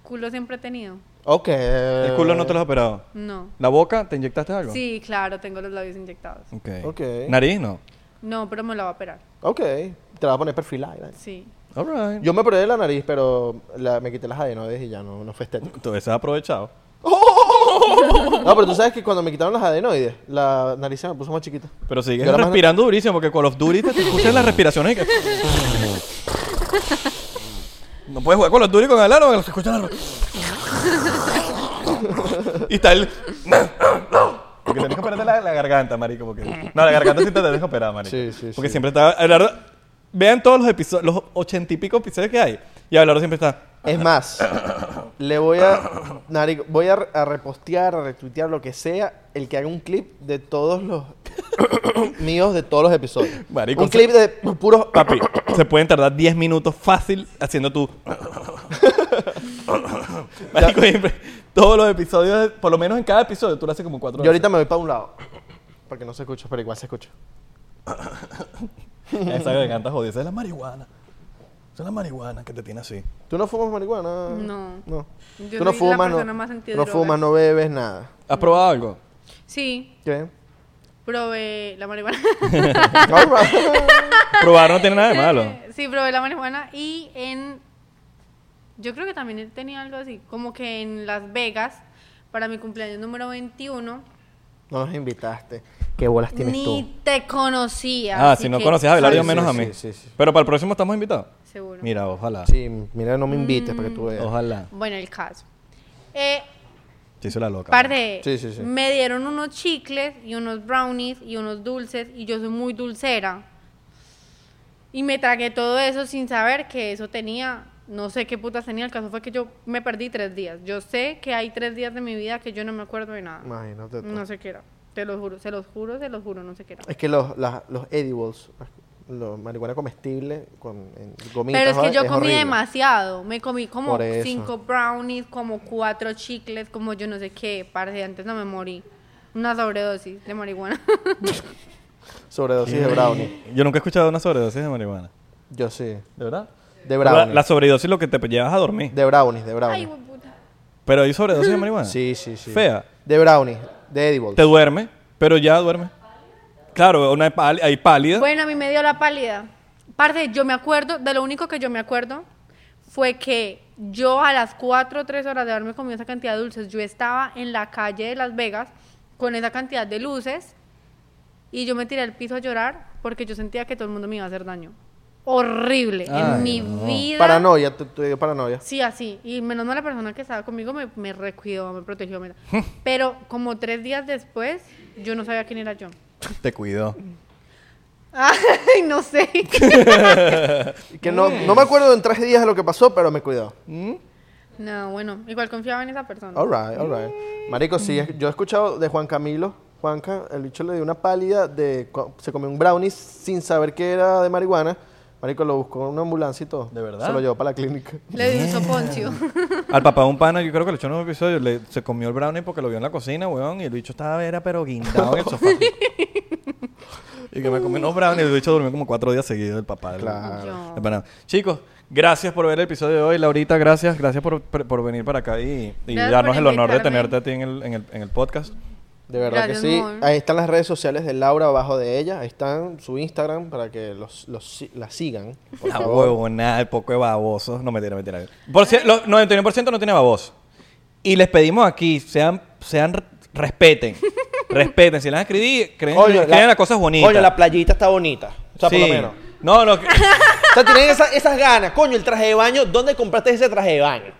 Speaker 3: Culo siempre he tenido.
Speaker 2: Ok.
Speaker 4: ¿El culo no te lo has operado?
Speaker 3: No.
Speaker 4: ¿La boca? ¿Te inyectaste algo?
Speaker 3: Sí, claro, tengo los labios inyectados.
Speaker 4: Ok.
Speaker 2: Ok.
Speaker 4: ¿Nariz? No.
Speaker 3: No, pero me la va a operar.
Speaker 2: Ok. Te la vas a poner perfilada. y vaina.
Speaker 3: Sí.
Speaker 4: Alright.
Speaker 2: Yo me operé la nariz, pero la- me quité las adenoides y ya no, no fue estético.
Speaker 4: Todo eso es aprovechado.
Speaker 2: No, pero tú sabes que cuando me quitaron las adenoides, la nariz se me puso más chiquita.
Speaker 4: Pero sigues
Speaker 2: Yo era más-
Speaker 4: respirando durísimo porque con los Duty te te escuchan las respiraciones. y que- No puedes jugar con los Duty con el aro porque se escuchan las. y está el. Porque tenés que operarte la, la garganta, marico. Porque... No, la garganta sí te la dejo operar, marico.
Speaker 2: Sí, sí,
Speaker 4: Porque
Speaker 2: sí.
Speaker 4: siempre está. Abelardo- Vean todos los episodios, los ochenta y pico episodios que hay. Y Abelardo siempre está.
Speaker 2: Es más, le voy a, narico, voy a, re- a repostear, a retuitear, lo que sea, el que haga un clip de todos los míos de todos los episodios.
Speaker 4: Marico,
Speaker 2: un clip de puros...
Speaker 4: Papi, se pueden tardar 10 minutos fácil haciendo tu. Marico, siempre- todos los episodios, por lo menos en cada episodio, tú lo haces como cuatro
Speaker 2: Yo ahorita me voy para un lado, porque no se escucha, pero igual se escucha.
Speaker 4: veces. Esa garganta jodida, esa es la marihuana. Esa es la marihuana que te tiene así.
Speaker 2: ¿Tú no fumas marihuana?
Speaker 3: No.
Speaker 2: No.
Speaker 3: Yo
Speaker 2: Tú no
Speaker 3: soy la
Speaker 2: fumas,
Speaker 3: persona
Speaker 2: no,
Speaker 3: más
Speaker 2: no
Speaker 3: antidroga.
Speaker 2: fumas, no bebes, nada.
Speaker 4: ¿Has probado algo?
Speaker 3: Sí,
Speaker 2: ¿Qué?
Speaker 3: probé la marihuana.
Speaker 2: All right.
Speaker 4: Probar no tiene nada de malo.
Speaker 3: sí, probé la marihuana y en... Yo creo que también tenía algo así, como que en Las Vegas, para mi cumpleaños número 21,
Speaker 2: No nos invitaste. ¿Qué bolas tienes
Speaker 3: ni
Speaker 2: tú?
Speaker 3: te conocía.
Speaker 4: Ah,
Speaker 3: así
Speaker 4: si no
Speaker 3: que-
Speaker 4: conocías a Belario,
Speaker 2: Sí,
Speaker 4: menos
Speaker 2: sí,
Speaker 4: a mí.
Speaker 2: sí, sí, sí.
Speaker 4: Pero para el próximo estamos invitados.
Speaker 3: Seguro.
Speaker 4: Mira, ojalá.
Speaker 2: Sí, mira, no me invites para que
Speaker 3: Mm.
Speaker 2: tú veas.
Speaker 4: Ojalá.
Speaker 3: Bueno, el caso. Eh,
Speaker 4: Se hizo la loca.
Speaker 3: Parte,
Speaker 2: Sí, sí, sí.
Speaker 3: me dieron unos chicles y unos brownies y unos dulces y yo soy muy dulcera. Y me tragué todo eso sin saber que eso tenía, no sé qué putas tenía, el caso fue que yo me perdí tres días. Yo sé que hay tres días de mi vida que yo no me acuerdo de nada.
Speaker 2: Imagínate tú.
Speaker 3: No sé qué era, te lo juro, se los juro, se los juro, no sé qué era.
Speaker 2: Es que los, las- los edibles, los marihuana comestible con en gomitas,
Speaker 3: Pero es que
Speaker 2: ¿vale?
Speaker 3: yo comí
Speaker 2: horrible.
Speaker 3: demasiado. Me comí como
Speaker 2: Por eso.
Speaker 3: cinco brownies, como cuatro chicles, como yo no sé qué. Parce, antes no me morí. Una sobredosis de marihuana.
Speaker 2: Sobredosis de brownie.
Speaker 4: Yo nunca he escuchado una sobredosis de marihuana.
Speaker 2: Yo sí.
Speaker 4: ¿De verdad?
Speaker 2: De
Speaker 4: La,
Speaker 2: brownie.
Speaker 4: la sobredosis es lo que te llevas a dormir.
Speaker 2: de brownies, de
Speaker 3: Ay,
Speaker 2: brownie.
Speaker 3: hueputa.
Speaker 4: Pero hay sobredosis de marihuana.
Speaker 2: Mm. Sí, sí, sí.
Speaker 4: Fea.
Speaker 2: De brownies, de edibles.
Speaker 4: Te duerme, pero ya duerme. Claro, una pál- hay pálida.
Speaker 3: Bueno, a mí me dio la pálida. Parce, yo me acuerdo, de lo único que yo me acuerdo fue que yo a las 4 o 3 horas de haberme comido esa cantidad de dulces, yo estaba en la calle de Las Vegas con esa cantidad de luces y yo me tiré al piso a llorar porque yo sentía que todo el mundo me iba a hacer daño. Horrible.
Speaker 4: Ay,
Speaker 3: en mi vida.
Speaker 2: Paranoia, te, te dio paranoia.
Speaker 3: Sí, así. Y menos mal la persona que estaba conmigo me, me recuidó, me protegió. me- Pero como tres días después, yo no sabía quién era yo.
Speaker 4: Te cuidó.
Speaker 3: Ay, no sé.
Speaker 2: Que no, no me acuerdo en tres días de lo que pasó, pero me cuidó.
Speaker 3: No, bueno, igual confiaba en esa persona.
Speaker 2: All right, all right. Marico, sí, es- yo he escuchado de Juan Camilo. Juanca, el bicho le dio una pálida de... co- Se comió un brownie sin saber que era de marihuana. Marico, lo buscó en una ambulancia y todo.
Speaker 4: ¿De verdad?
Speaker 2: Se lo llevó para la clínica.
Speaker 3: Le di un soponcio.
Speaker 4: Al papá de un pana, yo creo que lo echó en un episodio, le- se comió el brownie porque lo vio en la cocina, weón, y el bicho estaba, era pero guindado en el sofá. y Y que me comí unos brownies. El bicho durmió como cuatro días seguidos el papá. del-
Speaker 2: Claro.
Speaker 4: del banano. Chicos, gracias por ver el episodio de hoy. Laurita, gracias. Gracias por, por- por venir para acá y, y
Speaker 3: Gracias
Speaker 4: darnos
Speaker 3: por
Speaker 4: el honor de
Speaker 3: invitarme.
Speaker 4: tenerte a ti en el, en el, en el podcast.
Speaker 2: De verdad
Speaker 3: Gracias,
Speaker 2: que sí.
Speaker 3: amor.
Speaker 2: Ahí están las redes sociales de Laura abajo de ella. Ahí están su Instagram para que los, los si- la sigan. Por
Speaker 4: La
Speaker 2: favor.
Speaker 4: huevonada, el poco de babosos. No, mentira, mentira. Por si, lo- 99% no tiene baboso. Y les pedimos aquí, sean, sean respeten. respeten. Si les van a escribir, creen, crean las cosas bonitas.
Speaker 2: Coño, la playita está bonita. O sea, por
Speaker 4: Sí.
Speaker 2: lo menos.
Speaker 4: No, no. que-
Speaker 2: O sea, tienen esas, esas ganas. Coño, el traje de baño. ¿Dónde compraste ese traje de baño?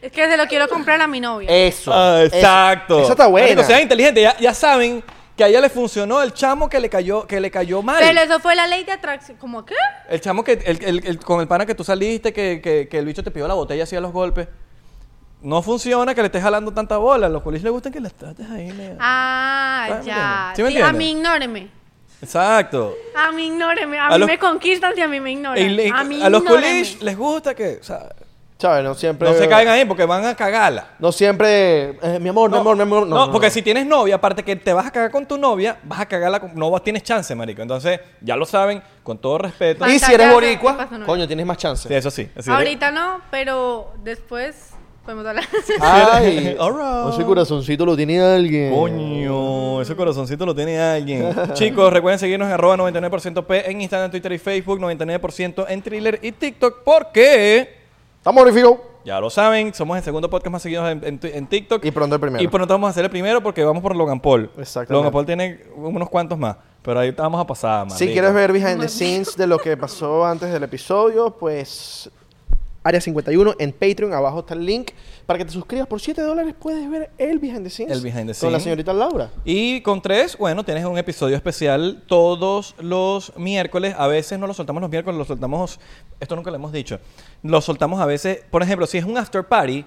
Speaker 3: Es que se lo quiero comprar a mi novia.
Speaker 2: Eso.
Speaker 4: Ah,
Speaker 2: eso.
Speaker 4: exacto.
Speaker 2: Esa está buena.
Speaker 4: Marico, sean inteligentes. Ya, ya saben que a ella le funcionó el chamo que le cayó, que le cayó mal.
Speaker 3: Pero eso fue la ley de atracción. ¿Cómo qué?
Speaker 4: El chamo que, el, el- el- con el pana que tú saliste, que, que- que el bicho te pidió la botella así a los golpes. No funciona que le estés jalando tanta bola. A los colis les gustan que las trates ahí, nega.
Speaker 3: Ah,
Speaker 4: Ah,
Speaker 3: ya.
Speaker 4: ¿sí me
Speaker 3: Sí, a
Speaker 4: entiendes?
Speaker 3: mí ignóreme.
Speaker 4: Exacto.
Speaker 3: A mí ignóreme. A,
Speaker 4: A
Speaker 3: mí
Speaker 4: los-
Speaker 3: me conquistan si a mí me ignoran.
Speaker 4: Y le-
Speaker 3: a mí
Speaker 4: a los
Speaker 3: ignóreme.
Speaker 4: colis les gusta que, o sea,
Speaker 2: ¿Sabes? No siempre.
Speaker 4: no se caigan ahí porque van a cagarla.
Speaker 2: No siempre. eh, mi amor, mi amor, mi amor. No,
Speaker 4: No,
Speaker 2: no,
Speaker 4: porque
Speaker 2: no.
Speaker 4: si tienes novia, aparte que te vas a cagar con tu novia, vas a cagarla con, no vas- tienes chance, marico. Entonces, ya lo saben, con todo respeto.
Speaker 3: Ay,
Speaker 2: Y si eres
Speaker 3: Fantasía,
Speaker 2: boricua,
Speaker 3: ¿qué pasó, no?
Speaker 2: coño, tienes más chance.
Speaker 4: Sí, eso sí. así de-
Speaker 3: Ahorita no, pero después podemos hablar.
Speaker 4: Ah,
Speaker 2: Ay,
Speaker 4: All right.
Speaker 2: ese corazoncito lo tiene alguien.
Speaker 4: Coño, ese corazoncito lo tiene alguien. Chicos, recuerden seguirnos en arroba 99% P en Instagram, Twitter y Facebook, 99% en Thriller y TikTok, porque
Speaker 2: Estamos verificados.
Speaker 4: ya lo saben, somos el segundo podcast más seguido en, en tu- en TikTok.
Speaker 2: Y pronto el primero.
Speaker 4: Y pronto vamos a hacer el primero porque vamos por Logan Paul.
Speaker 2: Exactamente.
Speaker 4: Logan Paul tiene unos cuantos más, pero ahí vamos a pasar más.
Speaker 2: Si quieres ver behind the scenes de lo que pasó antes del episodio, pues Área 51 en Patreon, abajo está el link. Para que te suscribas por 7 dólares puedes ver el behind the scenes.
Speaker 4: El behind the
Speaker 2: Con la
Speaker 4: scenes.
Speaker 2: señorita Laura.
Speaker 4: Y con tres, bueno, tienes un episodio especial todos los miércoles. A veces no lo soltamos los miércoles, lo soltamos. Esto nunca lo hemos dicho. Lo soltamos a veces. Por ejemplo, si es un after party,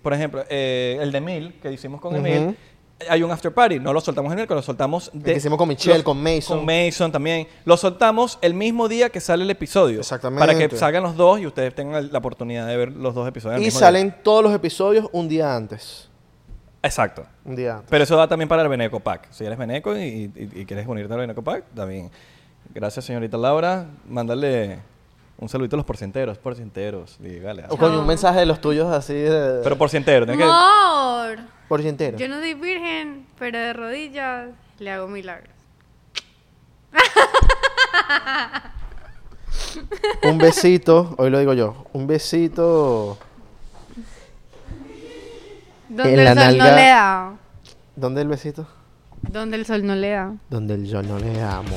Speaker 4: por ejemplo, eh, el de Emil, que hicimos con Emil, hay un after party. No lo soltamos el miércoles, lo soltamos.
Speaker 2: que hicimos con Michelle, con Mason.
Speaker 4: Con Mason también. Lo soltamos el mismo día que sale el episodio.
Speaker 2: Exactamente.
Speaker 4: Para que salgan los dos y ustedes tengan la oportunidad de ver los dos episodios. al
Speaker 2: Y
Speaker 4: Ah, mismo
Speaker 2: salen
Speaker 4: día.
Speaker 2: todos los episodios un día antes.
Speaker 4: Exacto.
Speaker 2: Un día antes.
Speaker 4: Pero eso va también para el Beneco Pack. Si eres Beneco y, y- y quieres unirte al Beneco Pack, también. Gracias, señorita Laura. Mándale un saludito a los porcenteros. Porcenteros, dígale.
Speaker 2: O Oh, coño, un mensaje de los tuyos así de...
Speaker 4: Pero porcientero, tienes que.
Speaker 3: Amor.
Speaker 2: por si entero.
Speaker 3: Yo no soy virgen, pero de rodillas le hago milagros.
Speaker 2: Un besito, hoy lo digo yo. Un besito
Speaker 3: Donde
Speaker 2: En
Speaker 3: el
Speaker 2: la
Speaker 3: sol no
Speaker 2: nalga.
Speaker 3: le da.
Speaker 2: ¿Dónde el besito?
Speaker 3: Donde el sol no le da.
Speaker 2: Donde el yo no le amo.